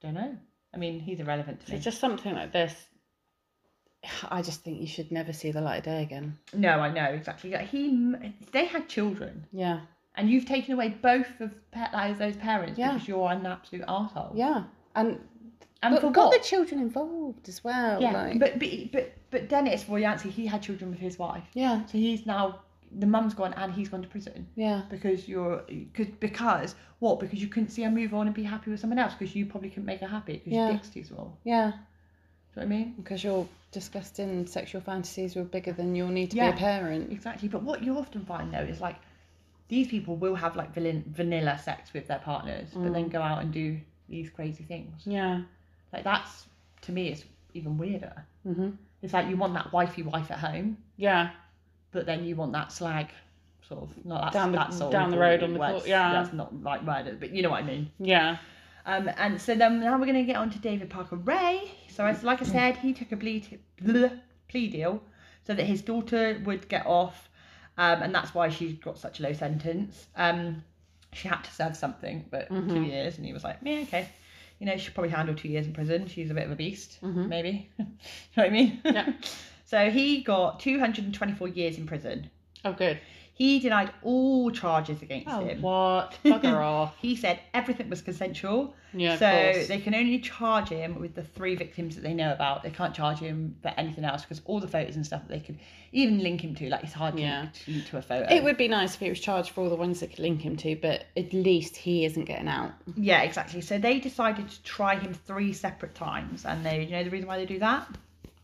Speaker 2: Don't know. I mean, he's irrelevant to
Speaker 1: So
Speaker 2: me.
Speaker 1: just something like this. I just think you should never see the light of day again.
Speaker 2: No, I know exactly. Like, He, m- they had children,
Speaker 1: Yeah.
Speaker 2: and you've taken away both of pa- like, those parents
Speaker 1: Yeah.
Speaker 2: because you're an absolute arsehole.
Speaker 1: Yeah. And,
Speaker 2: and
Speaker 1: but
Speaker 2: for
Speaker 1: got
Speaker 2: what?
Speaker 1: the children involved as well.
Speaker 2: Yeah,
Speaker 1: like-
Speaker 2: but, but but but Dennis Royancy, he had children with his wife,
Speaker 1: yeah.
Speaker 2: so he's now the mum's gone and he's gone to prison
Speaker 1: Yeah.
Speaker 2: because you're cause, because what because you couldn't see her move on and be happy with someone else because you probably couldn't make her happy because
Speaker 1: Yeah.
Speaker 2: your dick's too small.
Speaker 1: Yeah.
Speaker 2: Do you know what I mean?
Speaker 1: Because your disgusting sexual fantasies were bigger than your need to
Speaker 2: Yeah.
Speaker 1: be a parent.
Speaker 2: Exactly. But what you often find though is like these people will have like van- vanilla sex with their partners, but
Speaker 1: Mm.
Speaker 2: then go out and do these crazy things.
Speaker 1: Yeah.
Speaker 2: Like that's to me it's even weirder.
Speaker 1: Mm-hmm.
Speaker 2: It's like you want that wifey wife at home,
Speaker 1: Yeah.
Speaker 2: but then you want that slag sort of not that's,
Speaker 1: Down the-
Speaker 2: that's all
Speaker 1: down the road on the
Speaker 2: well,
Speaker 1: court,
Speaker 2: it's-
Speaker 1: yeah.
Speaker 2: that's not like murder, but you know what I mean.
Speaker 1: Yeah.
Speaker 2: Um, and so then now we're going to get on to David Parker Ray. So as like I said, he took a plea, bleh, plea deal so that his daughter would get off, um, and that's why she got such a low sentence. Um, she had to serve something, but two
Speaker 1: Mhm.
Speaker 2: years, and he was like, yeah, okay. You know, she probably handle two years in prison. She's a bit of a beast,
Speaker 1: Mhm.
Speaker 2: maybe. you know what I mean?
Speaker 1: Yeah.
Speaker 2: so he got 224 years in prison.
Speaker 1: Oh, good.
Speaker 2: He denied all charges against
Speaker 1: Oh,
Speaker 2: him.
Speaker 1: what? Bugger off.
Speaker 2: He said everything was consensual.
Speaker 1: Yeah, of
Speaker 2: So
Speaker 1: course.
Speaker 2: they can only charge him with the three victims that they know about. They can't charge him for anything else because all the photos and stuff that they could even link him to, like it's hard to
Speaker 1: Yeah.
Speaker 2: link you to a photo.
Speaker 1: It would be nice if he was charged for all the ones that could link him to, but at least he isn't getting out.
Speaker 2: yeah, exactly. So they decided to try him three separate times, and they, you know, the reason why they do that?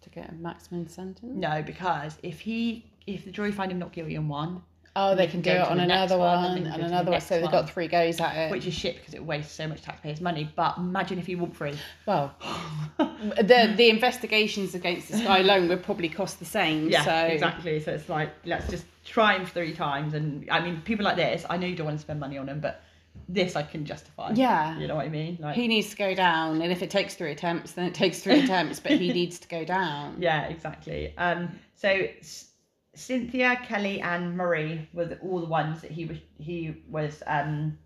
Speaker 1: To get a maximum sentence.
Speaker 2: No, because if he, if the jury find him not guilty on one,
Speaker 1: Oh, they
Speaker 2: You
Speaker 1: can do
Speaker 2: go
Speaker 1: it
Speaker 2: to
Speaker 1: on
Speaker 2: the next
Speaker 1: another
Speaker 2: one,
Speaker 1: one,
Speaker 2: and then you
Speaker 1: and
Speaker 2: go to the
Speaker 1: another one.
Speaker 2: next
Speaker 1: So they've
Speaker 2: one.
Speaker 1: got three goes at it.
Speaker 2: which is shit because it wastes so much taxpayers' money. But imagine if he walked
Speaker 1: well,
Speaker 2: free.
Speaker 1: the the investigations against this guy alone would probably cost the same.
Speaker 2: Yeah,
Speaker 1: so
Speaker 2: exactly. So it's like let's just try him three times, and I mean, people like this, I know you don't want to spend money on him, but this I can justify.
Speaker 1: Yeah.
Speaker 2: you know what I mean. Like,
Speaker 1: He needs to go down, and if it takes three attempts, then it takes three attempts. But he needs to go down.
Speaker 2: yeah, exactly. Um, so S- Cynthia, Kelly, and Marie were the, all the ones that he was he was um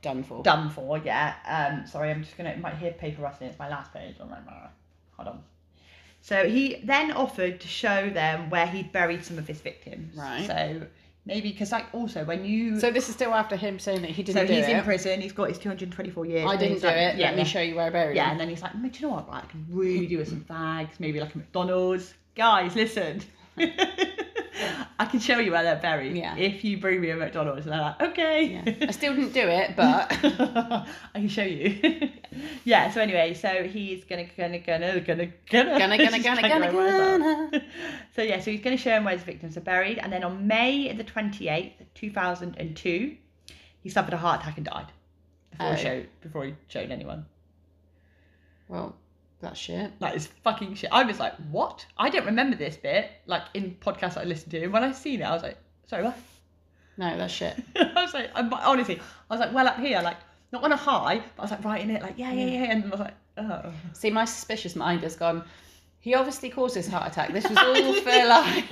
Speaker 1: Done for.
Speaker 2: done for. Yeah. Um, sorry, I'm just gonna you might hear paper rustling. It's my last page. I'm like, "Ah, hold on. So he then offered to show them where he'd buried some of his victims.
Speaker 1: Right.
Speaker 2: So maybe because like also when you
Speaker 1: So this is still after him saying that he
Speaker 2: So
Speaker 1: didn't do
Speaker 2: he's in
Speaker 1: it.
Speaker 2: prison. He's got his 224 years.
Speaker 1: I
Speaker 2: and
Speaker 1: didn't
Speaker 2: he's
Speaker 1: do
Speaker 2: like,
Speaker 1: it.
Speaker 2: Yeah,
Speaker 1: Let me show you where I buried
Speaker 2: yeah,
Speaker 1: him.
Speaker 2: and then he's like, "Mate, do you know what? Right, I can really do with some fags. Maybe like a McDonald's. Guys, listen. I can show you where they're buried.
Speaker 1: Yeah.
Speaker 2: If you bring me a McDonald's, and they're like, okay.
Speaker 1: Yeah. I still didn't do it, but
Speaker 2: I can show you. yeah. So anyway, so he's gonna gonna gonna gonna
Speaker 1: gonna
Speaker 2: gonna
Speaker 1: gonna gonna
Speaker 2: Just can't get
Speaker 1: gonna
Speaker 2: my words out.
Speaker 1: gonna.
Speaker 2: So yeah, so he's going to show him where his victims are buried, and then on May the twenty eighth, two thousand and two, he suffered a heart attack and died before
Speaker 1: Oh.
Speaker 2: he showed before he showed anyone.
Speaker 1: Well, that's shit.
Speaker 2: Like it's fucking shit. I was like, what? I don't remember this bit. Like in podcasts I listened to, and when I seen it, I was like, sorry, what?
Speaker 1: No, that's shit.
Speaker 2: I was like, I'm, honestly, I was like, well up here, like not on a high, but I was like writing it, like yeah, yeah, yeah, and I was like, oh.
Speaker 1: See, my suspicious mind has gone. He obviously caused this heart attack. This was all for like,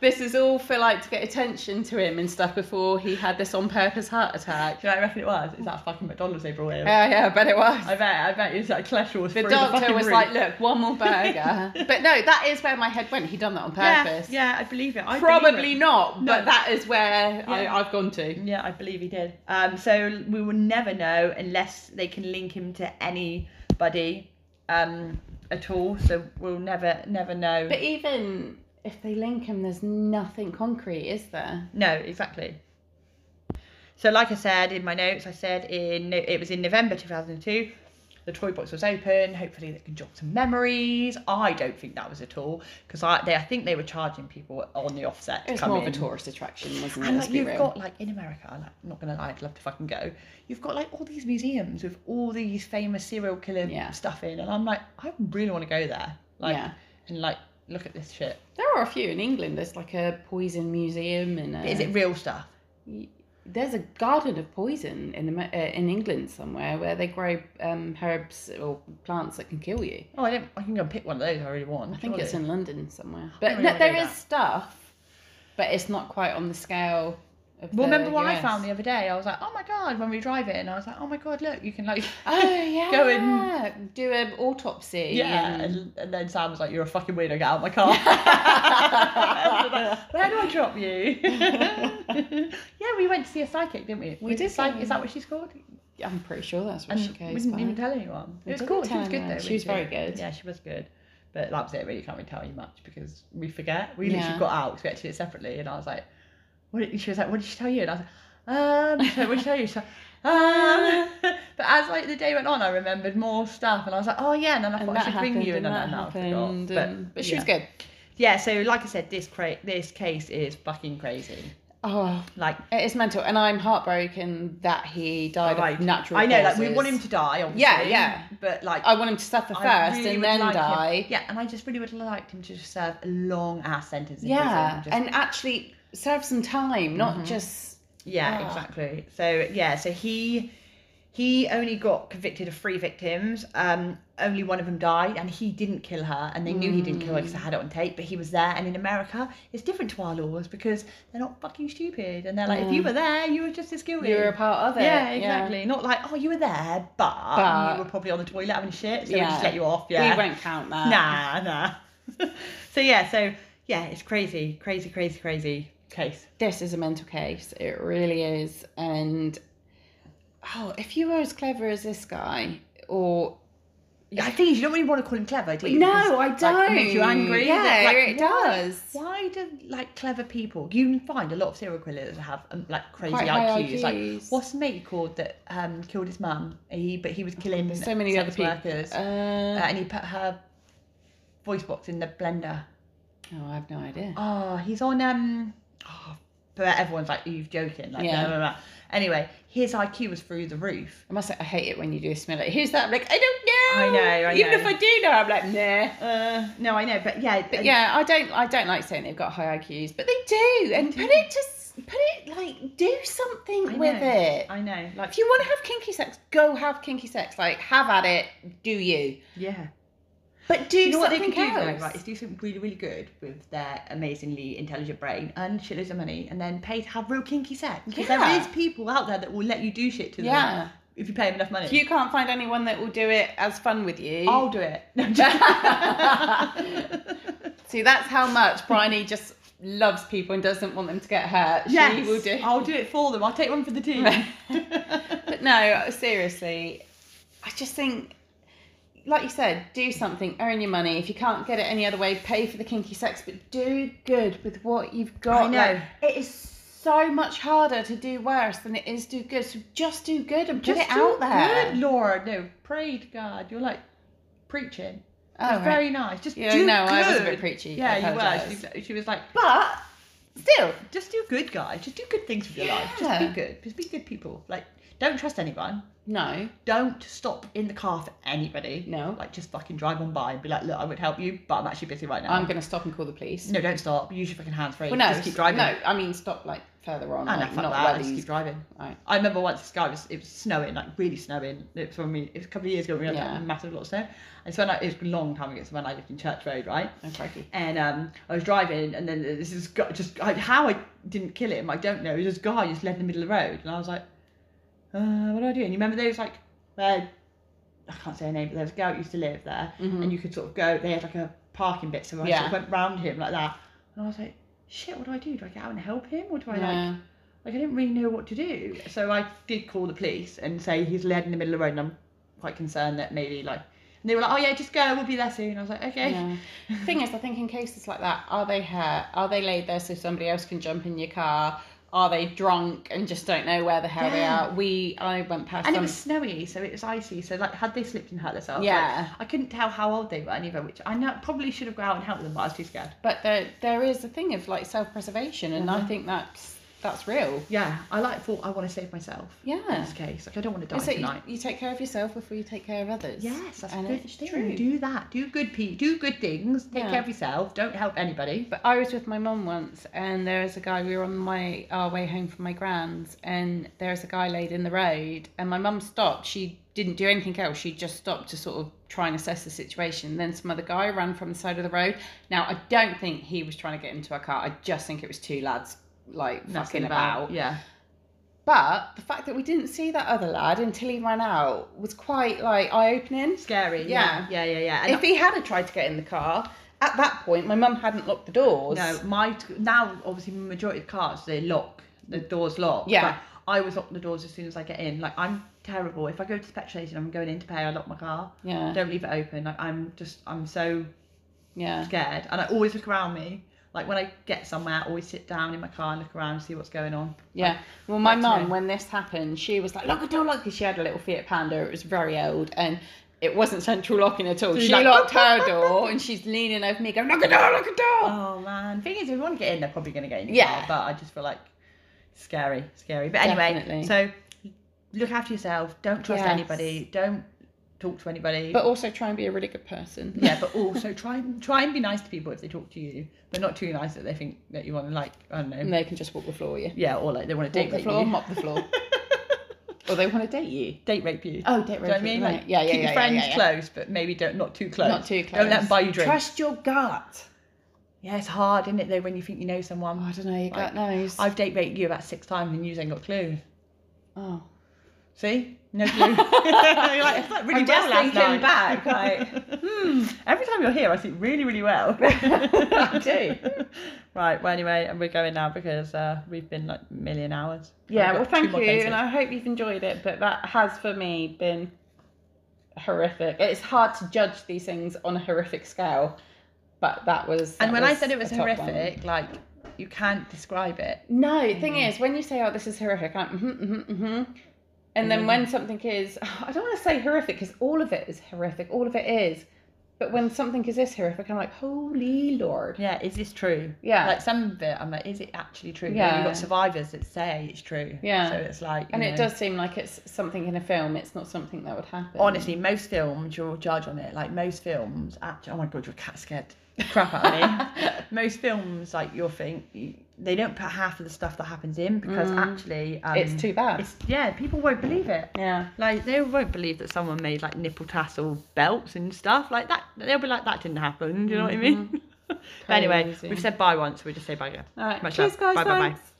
Speaker 1: this is all for like to get attention to him and stuff before he had this on purpose heart attack.
Speaker 2: Do you know what I reckon it was? It's that fucking McDonald's they brought in.
Speaker 1: Yeah, yeah, I bet it was.
Speaker 2: I bet, I bet it's like cholesterol was
Speaker 1: Uh, The
Speaker 2: through
Speaker 1: doctor
Speaker 2: fucking
Speaker 1: was
Speaker 2: roof.
Speaker 1: like, look, one more burger. but no, that is where my head went. He done that on purpose.
Speaker 2: Yeah, yeah, I believe it. I believe
Speaker 1: Probably
Speaker 2: it.
Speaker 1: not,
Speaker 2: No.
Speaker 1: but that is where I,
Speaker 2: Yeah.
Speaker 1: I've gone to.
Speaker 2: Yeah, I believe he did. Um, so we will never know unless they can link him to anybody um, at all. So we'll never, never know.
Speaker 1: But even if they link him, there's nothing concrete, is there?
Speaker 2: No, exactly. So, like I said in my notes, I said in it was in November two thousand and two. The toy box was open. Hopefully, they can jog some memories. I don't think that was at all because I they I think they were charging people on the offset. to
Speaker 1: It's
Speaker 2: come
Speaker 1: more
Speaker 2: in.
Speaker 1: of a tourist attraction, wasn't it?
Speaker 2: And
Speaker 1: Let's
Speaker 2: like
Speaker 1: be
Speaker 2: you've
Speaker 1: real.
Speaker 2: got like in America, like, I'm not gonna lie, I'd love to fucking go. You've got like all these museums with all these famous serial killer
Speaker 1: Yeah.
Speaker 2: stuff in, and I'm like, I really want to go there, like,
Speaker 1: Yeah.
Speaker 2: and like look at this shit.
Speaker 1: There are a few in England. There's like a poison museum and a,
Speaker 2: Is it real stuff?
Speaker 1: There's a garden of poison in Amer- uh, in England somewhere where they grow um, herbs or plants that can kill you.
Speaker 2: Oh, I don't. I can go and pick one of those. I really want.
Speaker 1: I think it's in London somewhere,
Speaker 2: I
Speaker 1: but
Speaker 2: really
Speaker 1: no,
Speaker 2: wanna
Speaker 1: there
Speaker 2: do
Speaker 1: is
Speaker 2: that.
Speaker 1: stuff, but it's not quite on the scale. Of
Speaker 2: Well,
Speaker 1: the
Speaker 2: remember what I
Speaker 1: US.
Speaker 2: found the other day? I was like, oh my god, when we drive it, and I was like, oh my god, look, you can like.
Speaker 1: Oh yeah,
Speaker 2: Go
Speaker 1: go
Speaker 2: and-
Speaker 1: and do an autopsy.
Speaker 2: Yeah,
Speaker 1: and-
Speaker 2: and, and then Sam was like, "You're a fucking weirdo. Get out of my car." I was like, Where do I drop you? yeah, we went to see a psychic, didn't we?
Speaker 1: We did
Speaker 2: Psych-
Speaker 1: go.
Speaker 2: is that what she's called?
Speaker 1: I'm pretty sure that's what
Speaker 2: And
Speaker 1: she
Speaker 2: we
Speaker 1: goes
Speaker 2: didn't
Speaker 1: by.
Speaker 2: even tell anyone.
Speaker 1: We
Speaker 2: It was
Speaker 1: didn't
Speaker 2: cool. She was
Speaker 1: tell
Speaker 2: good though.
Speaker 1: anyone. She
Speaker 2: wasn't
Speaker 1: was very good.
Speaker 2: Yeah, she was good. But that was it. Really, can't really tell you much because we forget. We
Speaker 1: Yeah.
Speaker 2: literally got out to get to it separately, and I was like, "What?" Did, she was like, "What did she tell you?" And I was like, "Um, she said, what did she tell you?" She's like, um, but as like the day went on, I remembered more stuff, and I was like, "Oh yeah," and then I
Speaker 1: And
Speaker 2: thought I
Speaker 1: that
Speaker 2: should bring
Speaker 1: happened,
Speaker 2: you, and then
Speaker 1: and
Speaker 2: I
Speaker 1: that
Speaker 2: now
Speaker 1: happened,
Speaker 2: forgot. But,
Speaker 1: and- but she was
Speaker 2: yeah.
Speaker 1: good.
Speaker 2: Yeah, so like I said, this cra- this case is fucking crazy.
Speaker 1: Oh,
Speaker 2: Like,
Speaker 1: it is mental, and I'm heartbroken that he died
Speaker 2: Right.
Speaker 1: of natural.
Speaker 2: I know, like we
Speaker 1: causes.
Speaker 2: want him to die, obviously.
Speaker 1: Yeah, yeah.
Speaker 2: But like,
Speaker 1: I want him to suffer first
Speaker 2: I really
Speaker 1: and
Speaker 2: would
Speaker 1: then
Speaker 2: like him-
Speaker 1: die.
Speaker 2: Yeah, and I just really would like him to just serve a long ass sentence. In
Speaker 1: Yeah,
Speaker 2: prison, just-
Speaker 1: and actually serve some time, not
Speaker 2: Mhm.
Speaker 1: just
Speaker 2: yeah,
Speaker 1: Ah.
Speaker 2: exactly. So yeah, so he he only got convicted of three victims. Um, only one of them died, and he didn't kill her. And they knew he didn't kill her because I had it on tape. But he was there, and in America, it's different to our laws because they're not fucking stupid, and they're like, if you
Speaker 1: Yeah.
Speaker 2: were there, you were just as guilty.
Speaker 1: you were Mm. a part of it.
Speaker 2: yeah, exactly. Not like, oh, you were there, but,
Speaker 1: But-
Speaker 2: you were probably on the toilet having shit, so we
Speaker 1: Yeah.
Speaker 2: just let you off. Yeah,
Speaker 1: We won't count
Speaker 2: Uh,
Speaker 1: that.
Speaker 2: nah, nah. so yeah, so yeah, it's crazy, crazy, crazy, crazy case.
Speaker 1: This is a mental case. It really is. And oh, if you were as clever as this guy, or
Speaker 2: I think you don't really want to call him clever, do you?
Speaker 1: no, I
Speaker 2: Because, like,
Speaker 1: don't.
Speaker 2: it makes you angry.
Speaker 1: Yeah,
Speaker 2: that, like,
Speaker 1: it
Speaker 2: why-
Speaker 1: does.
Speaker 2: Why do like clever people? You find a lot of serial killers have um, like crazy
Speaker 1: Quite high
Speaker 2: IQs. Like
Speaker 1: IQs.
Speaker 2: what's the mate called that um, killed his mum? He but he was killing
Speaker 1: There's so many other
Speaker 2: sex
Speaker 1: people.
Speaker 2: workers,
Speaker 1: Uh,
Speaker 2: uh, and he put her voice box in the blender.
Speaker 1: oh, I have no idea.
Speaker 2: Oh, he's on um. Oh, but everyone's like, "You're joking!" Like,
Speaker 1: Yeah.
Speaker 2: blah, blah, blah. Anyway, his IQ was through the roof.
Speaker 1: I must say, I hate it when you do a smell. Like, who's that? I'm like, I don't know.
Speaker 2: I know, I
Speaker 1: Even
Speaker 2: know.
Speaker 1: if I do know, I'm like, nah.
Speaker 2: Uh, no, I know, but yeah,
Speaker 1: But
Speaker 2: and-
Speaker 1: yeah, I don't, I don't like saying they've got high IQs, but they do. And put it to, s- put it like, do
Speaker 2: I
Speaker 1: something with
Speaker 2: know.
Speaker 1: it.
Speaker 2: I know. Like,
Speaker 1: If you want to have kinky sex, go have kinky sex. Like, have at it. Do you?
Speaker 2: yeah.
Speaker 1: But do,
Speaker 2: you know what they
Speaker 1: something
Speaker 2: can do though,
Speaker 1: else.
Speaker 2: right? Is do something really, really good with their amazingly intelligent brain, earn shitloads of money, and then pay to have real kinky sex. Because there
Speaker 1: Yeah.
Speaker 2: is people out there that will let you do shit to them
Speaker 1: yeah.
Speaker 2: if you pay them enough money.
Speaker 1: If you can't find anyone that will do it as fun with you,
Speaker 2: I'll do it. No, I'm joking.
Speaker 1: see that's how much Bryony just loves people and doesn't want them to get hurt. She
Speaker 2: Yes, Oh,
Speaker 1: will do.
Speaker 2: I'll do it for them. I'll take one for the team.
Speaker 1: But no, seriously, I just think, like you said, do something, earn your money. If you can't get it any other way, pay for the kinky sex, but do good with what you've got.
Speaker 2: I know.
Speaker 1: Like, it is so much harder to do worse than it is do good. So just do good and put
Speaker 2: Just
Speaker 1: it
Speaker 2: do
Speaker 1: out there.
Speaker 2: Good Lord, no, pray to God. You're like preaching.
Speaker 1: Oh,
Speaker 2: It's
Speaker 1: right.
Speaker 2: very nice. Just
Speaker 1: Yeah,
Speaker 2: do
Speaker 1: no,
Speaker 2: good.
Speaker 1: I was a bit preachy. I
Speaker 2: Yeah, you
Speaker 1: apologise.
Speaker 2: were. She, she was like,
Speaker 1: But still,
Speaker 2: just do good, guys. Just do good things with your life. Just be
Speaker 1: Yeah.
Speaker 2: good. Just be good people. Like, don't trust anyone.
Speaker 1: no,
Speaker 2: Don't stop in the car for anybody.
Speaker 1: No.
Speaker 2: Like, just fucking drive on by and be like, look, I would help you, but I'm actually busy right now.
Speaker 1: I'm going to stop and call the police.
Speaker 2: No, don't stop. Use your fucking hands free.
Speaker 1: Well, no,
Speaker 2: just keep driving.
Speaker 1: No, I mean stop like further on,
Speaker 2: And
Speaker 1: like,
Speaker 2: fuck
Speaker 1: not
Speaker 2: that.
Speaker 1: where
Speaker 2: Just keep
Speaker 1: these.
Speaker 2: driving.
Speaker 1: Right.
Speaker 2: I remember once this guy was it was snowing, like really snowing. It was when we it was a couple of years ago when we had
Speaker 1: Yeah.
Speaker 2: that massive lot of snow. And so when I, it was a long time ago, it's when I lived in Church Road, right?
Speaker 1: Oh, crikey.
Speaker 2: And um, I was driving, and then this is guy just I, how I didn't kill him, I don't know. This guy just led in the middle of the road, and I was like, uh, what do I do? And you remember there was like, uh, I can't say her name, but there was a girl that used to live there,
Speaker 1: Mhm.
Speaker 2: and you could sort of go. They had like a parking bit, so I
Speaker 1: Yeah.
Speaker 2: sort of went round him like that, and I was like, shit, what do I do? Do I get out and help him, or do I like?
Speaker 1: Yeah.
Speaker 2: Like I didn't really know what to do. So I did call the police and say he's led in the middle of the road and I'm quite concerned that maybe like and they were like, Oh yeah, just go, we'll be there soon. I was like, Okay.
Speaker 1: Yeah. Thing is, I think in cases like that, are they hurt? Are they laid there so somebody else can jump in your car? Are they drunk and just don't know where the hell they
Speaker 2: Yeah.
Speaker 1: are? We, I went past.
Speaker 2: And it
Speaker 1: some-
Speaker 2: was snowy, so it was icy. So like had they slipped and hurt themselves, like,
Speaker 1: Yeah.
Speaker 2: I couldn't tell how old they were either, which I know probably should have gone out and helped them, but I was too scared.
Speaker 1: but there, there is a thing of like self-preservation, and I
Speaker 2: Mhm.
Speaker 1: think that's that's real.
Speaker 2: Yeah. I like thought I want to save myself. In
Speaker 1: Yeah.
Speaker 2: this case. Like I don't want to die
Speaker 1: It's like you,
Speaker 2: tonight.
Speaker 1: you take care of yourself before you take care of others.
Speaker 2: Yes, that's
Speaker 1: and
Speaker 2: a good
Speaker 1: it's
Speaker 2: thing.
Speaker 1: true.
Speaker 2: Do that. Do good pe do good things. Take
Speaker 1: Yeah.
Speaker 2: care of yourself. Don't help anybody.
Speaker 1: But I was with my mum once, and there was a guy. We were on my our way home from my grand's, and there was a guy laid in the road. And my mum stopped. She didn't do anything else. She just stopped to sort of try and assess the situation. Then some other guy ran from the side of the road. Now I don't think he was trying to get into a car. I just think it was two lads like
Speaker 2: Messing
Speaker 1: fucking about.
Speaker 2: Yeah.
Speaker 1: But the fact that we didn't see that other lad until he ran out was quite like eye opening.
Speaker 2: Scary.
Speaker 1: Yeah.
Speaker 2: Yeah, yeah, yeah. yeah. And
Speaker 1: If he had tried to get in the car at that point, my mum hadn't locked the doors.
Speaker 2: No, my now obviously majority of cars they lock the doors lock.
Speaker 1: Yeah.
Speaker 2: but I always lock the doors as soon as I get in. Like I'm terrible. If I go to the petrol station, I'm going in to pay. I lock my car.
Speaker 1: Yeah.
Speaker 2: Don't leave it open. Like I'm just I'm so
Speaker 1: Yeah.
Speaker 2: scared, and I always look around me. Like when I get somewhere, I always sit down in my car and look around and see what's going on.
Speaker 1: Yeah. Well, my
Speaker 2: Back to
Speaker 1: mum,
Speaker 2: me.
Speaker 1: when this happened, she was like, lock a door, lock, because she had a little Fiat Panda. It was very old and it wasn't central locking at all.
Speaker 2: So you're
Speaker 1: she
Speaker 2: like,
Speaker 1: locked her door Oh. and she's leaning over me going, lock a door, lock a door.
Speaker 2: Oh man, thing is, if you want to get in, they're probably going to get in. Your
Speaker 1: Yeah.
Speaker 2: car, but I just feel like Scary, scary. But anyway,
Speaker 1: Definitely.
Speaker 2: so look after yourself. Don't trust
Speaker 1: Yes.
Speaker 2: anybody. Don't talk to anybody.
Speaker 1: But also try and be a really good person.
Speaker 2: yeah, but also try and try and be nice to people if they talk to you, but not too nice that they think that you want to like I don't know.
Speaker 1: And they can just walk the floor, yeah.
Speaker 2: Yeah, or like they want to
Speaker 1: Walk
Speaker 2: date
Speaker 1: the
Speaker 2: rape
Speaker 1: floor,
Speaker 2: you.
Speaker 1: mop the floor. or they want to date you.
Speaker 2: Date rape you.
Speaker 1: Oh, date
Speaker 2: Do you know what I
Speaker 1: rape,
Speaker 2: mean?
Speaker 1: right.
Speaker 2: Like,
Speaker 1: Yeah, yeah, yeah,
Speaker 2: keep your
Speaker 1: yeah,
Speaker 2: friends
Speaker 1: yeah, yeah.
Speaker 2: close, but maybe don't not too close.
Speaker 1: Not too
Speaker 2: Don't let them
Speaker 1: close.
Speaker 2: buy you drinks.
Speaker 1: Trust your gut.
Speaker 2: Yeah, it's hard, isn't it though, when you think you know someone.
Speaker 1: Oh, I don't know, your
Speaker 2: Like,
Speaker 1: gut knows.
Speaker 2: I've date raped you about six times and you ain't got a clue.
Speaker 1: oh.
Speaker 2: See? No clue. You're like, "I slept really
Speaker 1: I'm
Speaker 2: well
Speaker 1: just
Speaker 2: last
Speaker 1: thinking
Speaker 2: night."
Speaker 1: back, like, hmm.
Speaker 2: Every time you're here, I sleep really, really well.
Speaker 1: I do.
Speaker 2: Right, well, anyway, and we're going now because uh, we've been like a million hours.
Speaker 1: Yeah,
Speaker 2: We've
Speaker 1: well,
Speaker 2: got two
Speaker 1: thank you,
Speaker 2: more cases.
Speaker 1: and I hope you've enjoyed it. But that has, for me, been horrific. It's hard to judge these things on a horrific scale, but that was.
Speaker 2: and
Speaker 1: that
Speaker 2: when I said it was
Speaker 1: a top one.
Speaker 2: horrific, Mm. like, you can't describe it.
Speaker 1: no, thing is, when you say, "Oh, this is horrific," I'm, mm-hmm, mm-hmm, mm-hmm. and
Speaker 2: Mm.
Speaker 1: then when something is, I don't want to say horrific because all of it is horrific. All of it is. But when something is this horrific, I'm like, holy lord.
Speaker 2: Yeah, is this true?
Speaker 1: Yeah.
Speaker 2: Like some of it, I'm like, is it actually true? Yeah.
Speaker 1: Yeah.
Speaker 2: You've got survivors that say it's true.
Speaker 1: Yeah.
Speaker 2: So it's like, you
Speaker 1: and
Speaker 2: know,
Speaker 1: it does seem like it's something in a film. It's not something that would happen.
Speaker 2: Honestly, most films you'll judge on it. Like most films, actually, oh my god, your cat scared the crap out of me. most films, like you'll think they don't put half of the stuff that happens in because actually, um,
Speaker 1: Mm. it's too bad.
Speaker 2: It's, yeah, people won't believe it.
Speaker 1: yeah.
Speaker 2: Like they won't believe that someone made like nipple tassel belts and stuff like that. They'll be like, that didn't happen. Do you know what I mean? but anyway,
Speaker 1: Mm-hmm. Crazy.
Speaker 2: we've said bye once. so we just say bye again.
Speaker 1: All right.
Speaker 2: Much
Speaker 1: Cheers,
Speaker 2: love.
Speaker 1: guys.
Speaker 2: Bye, bye, bye.
Speaker 1: thanks.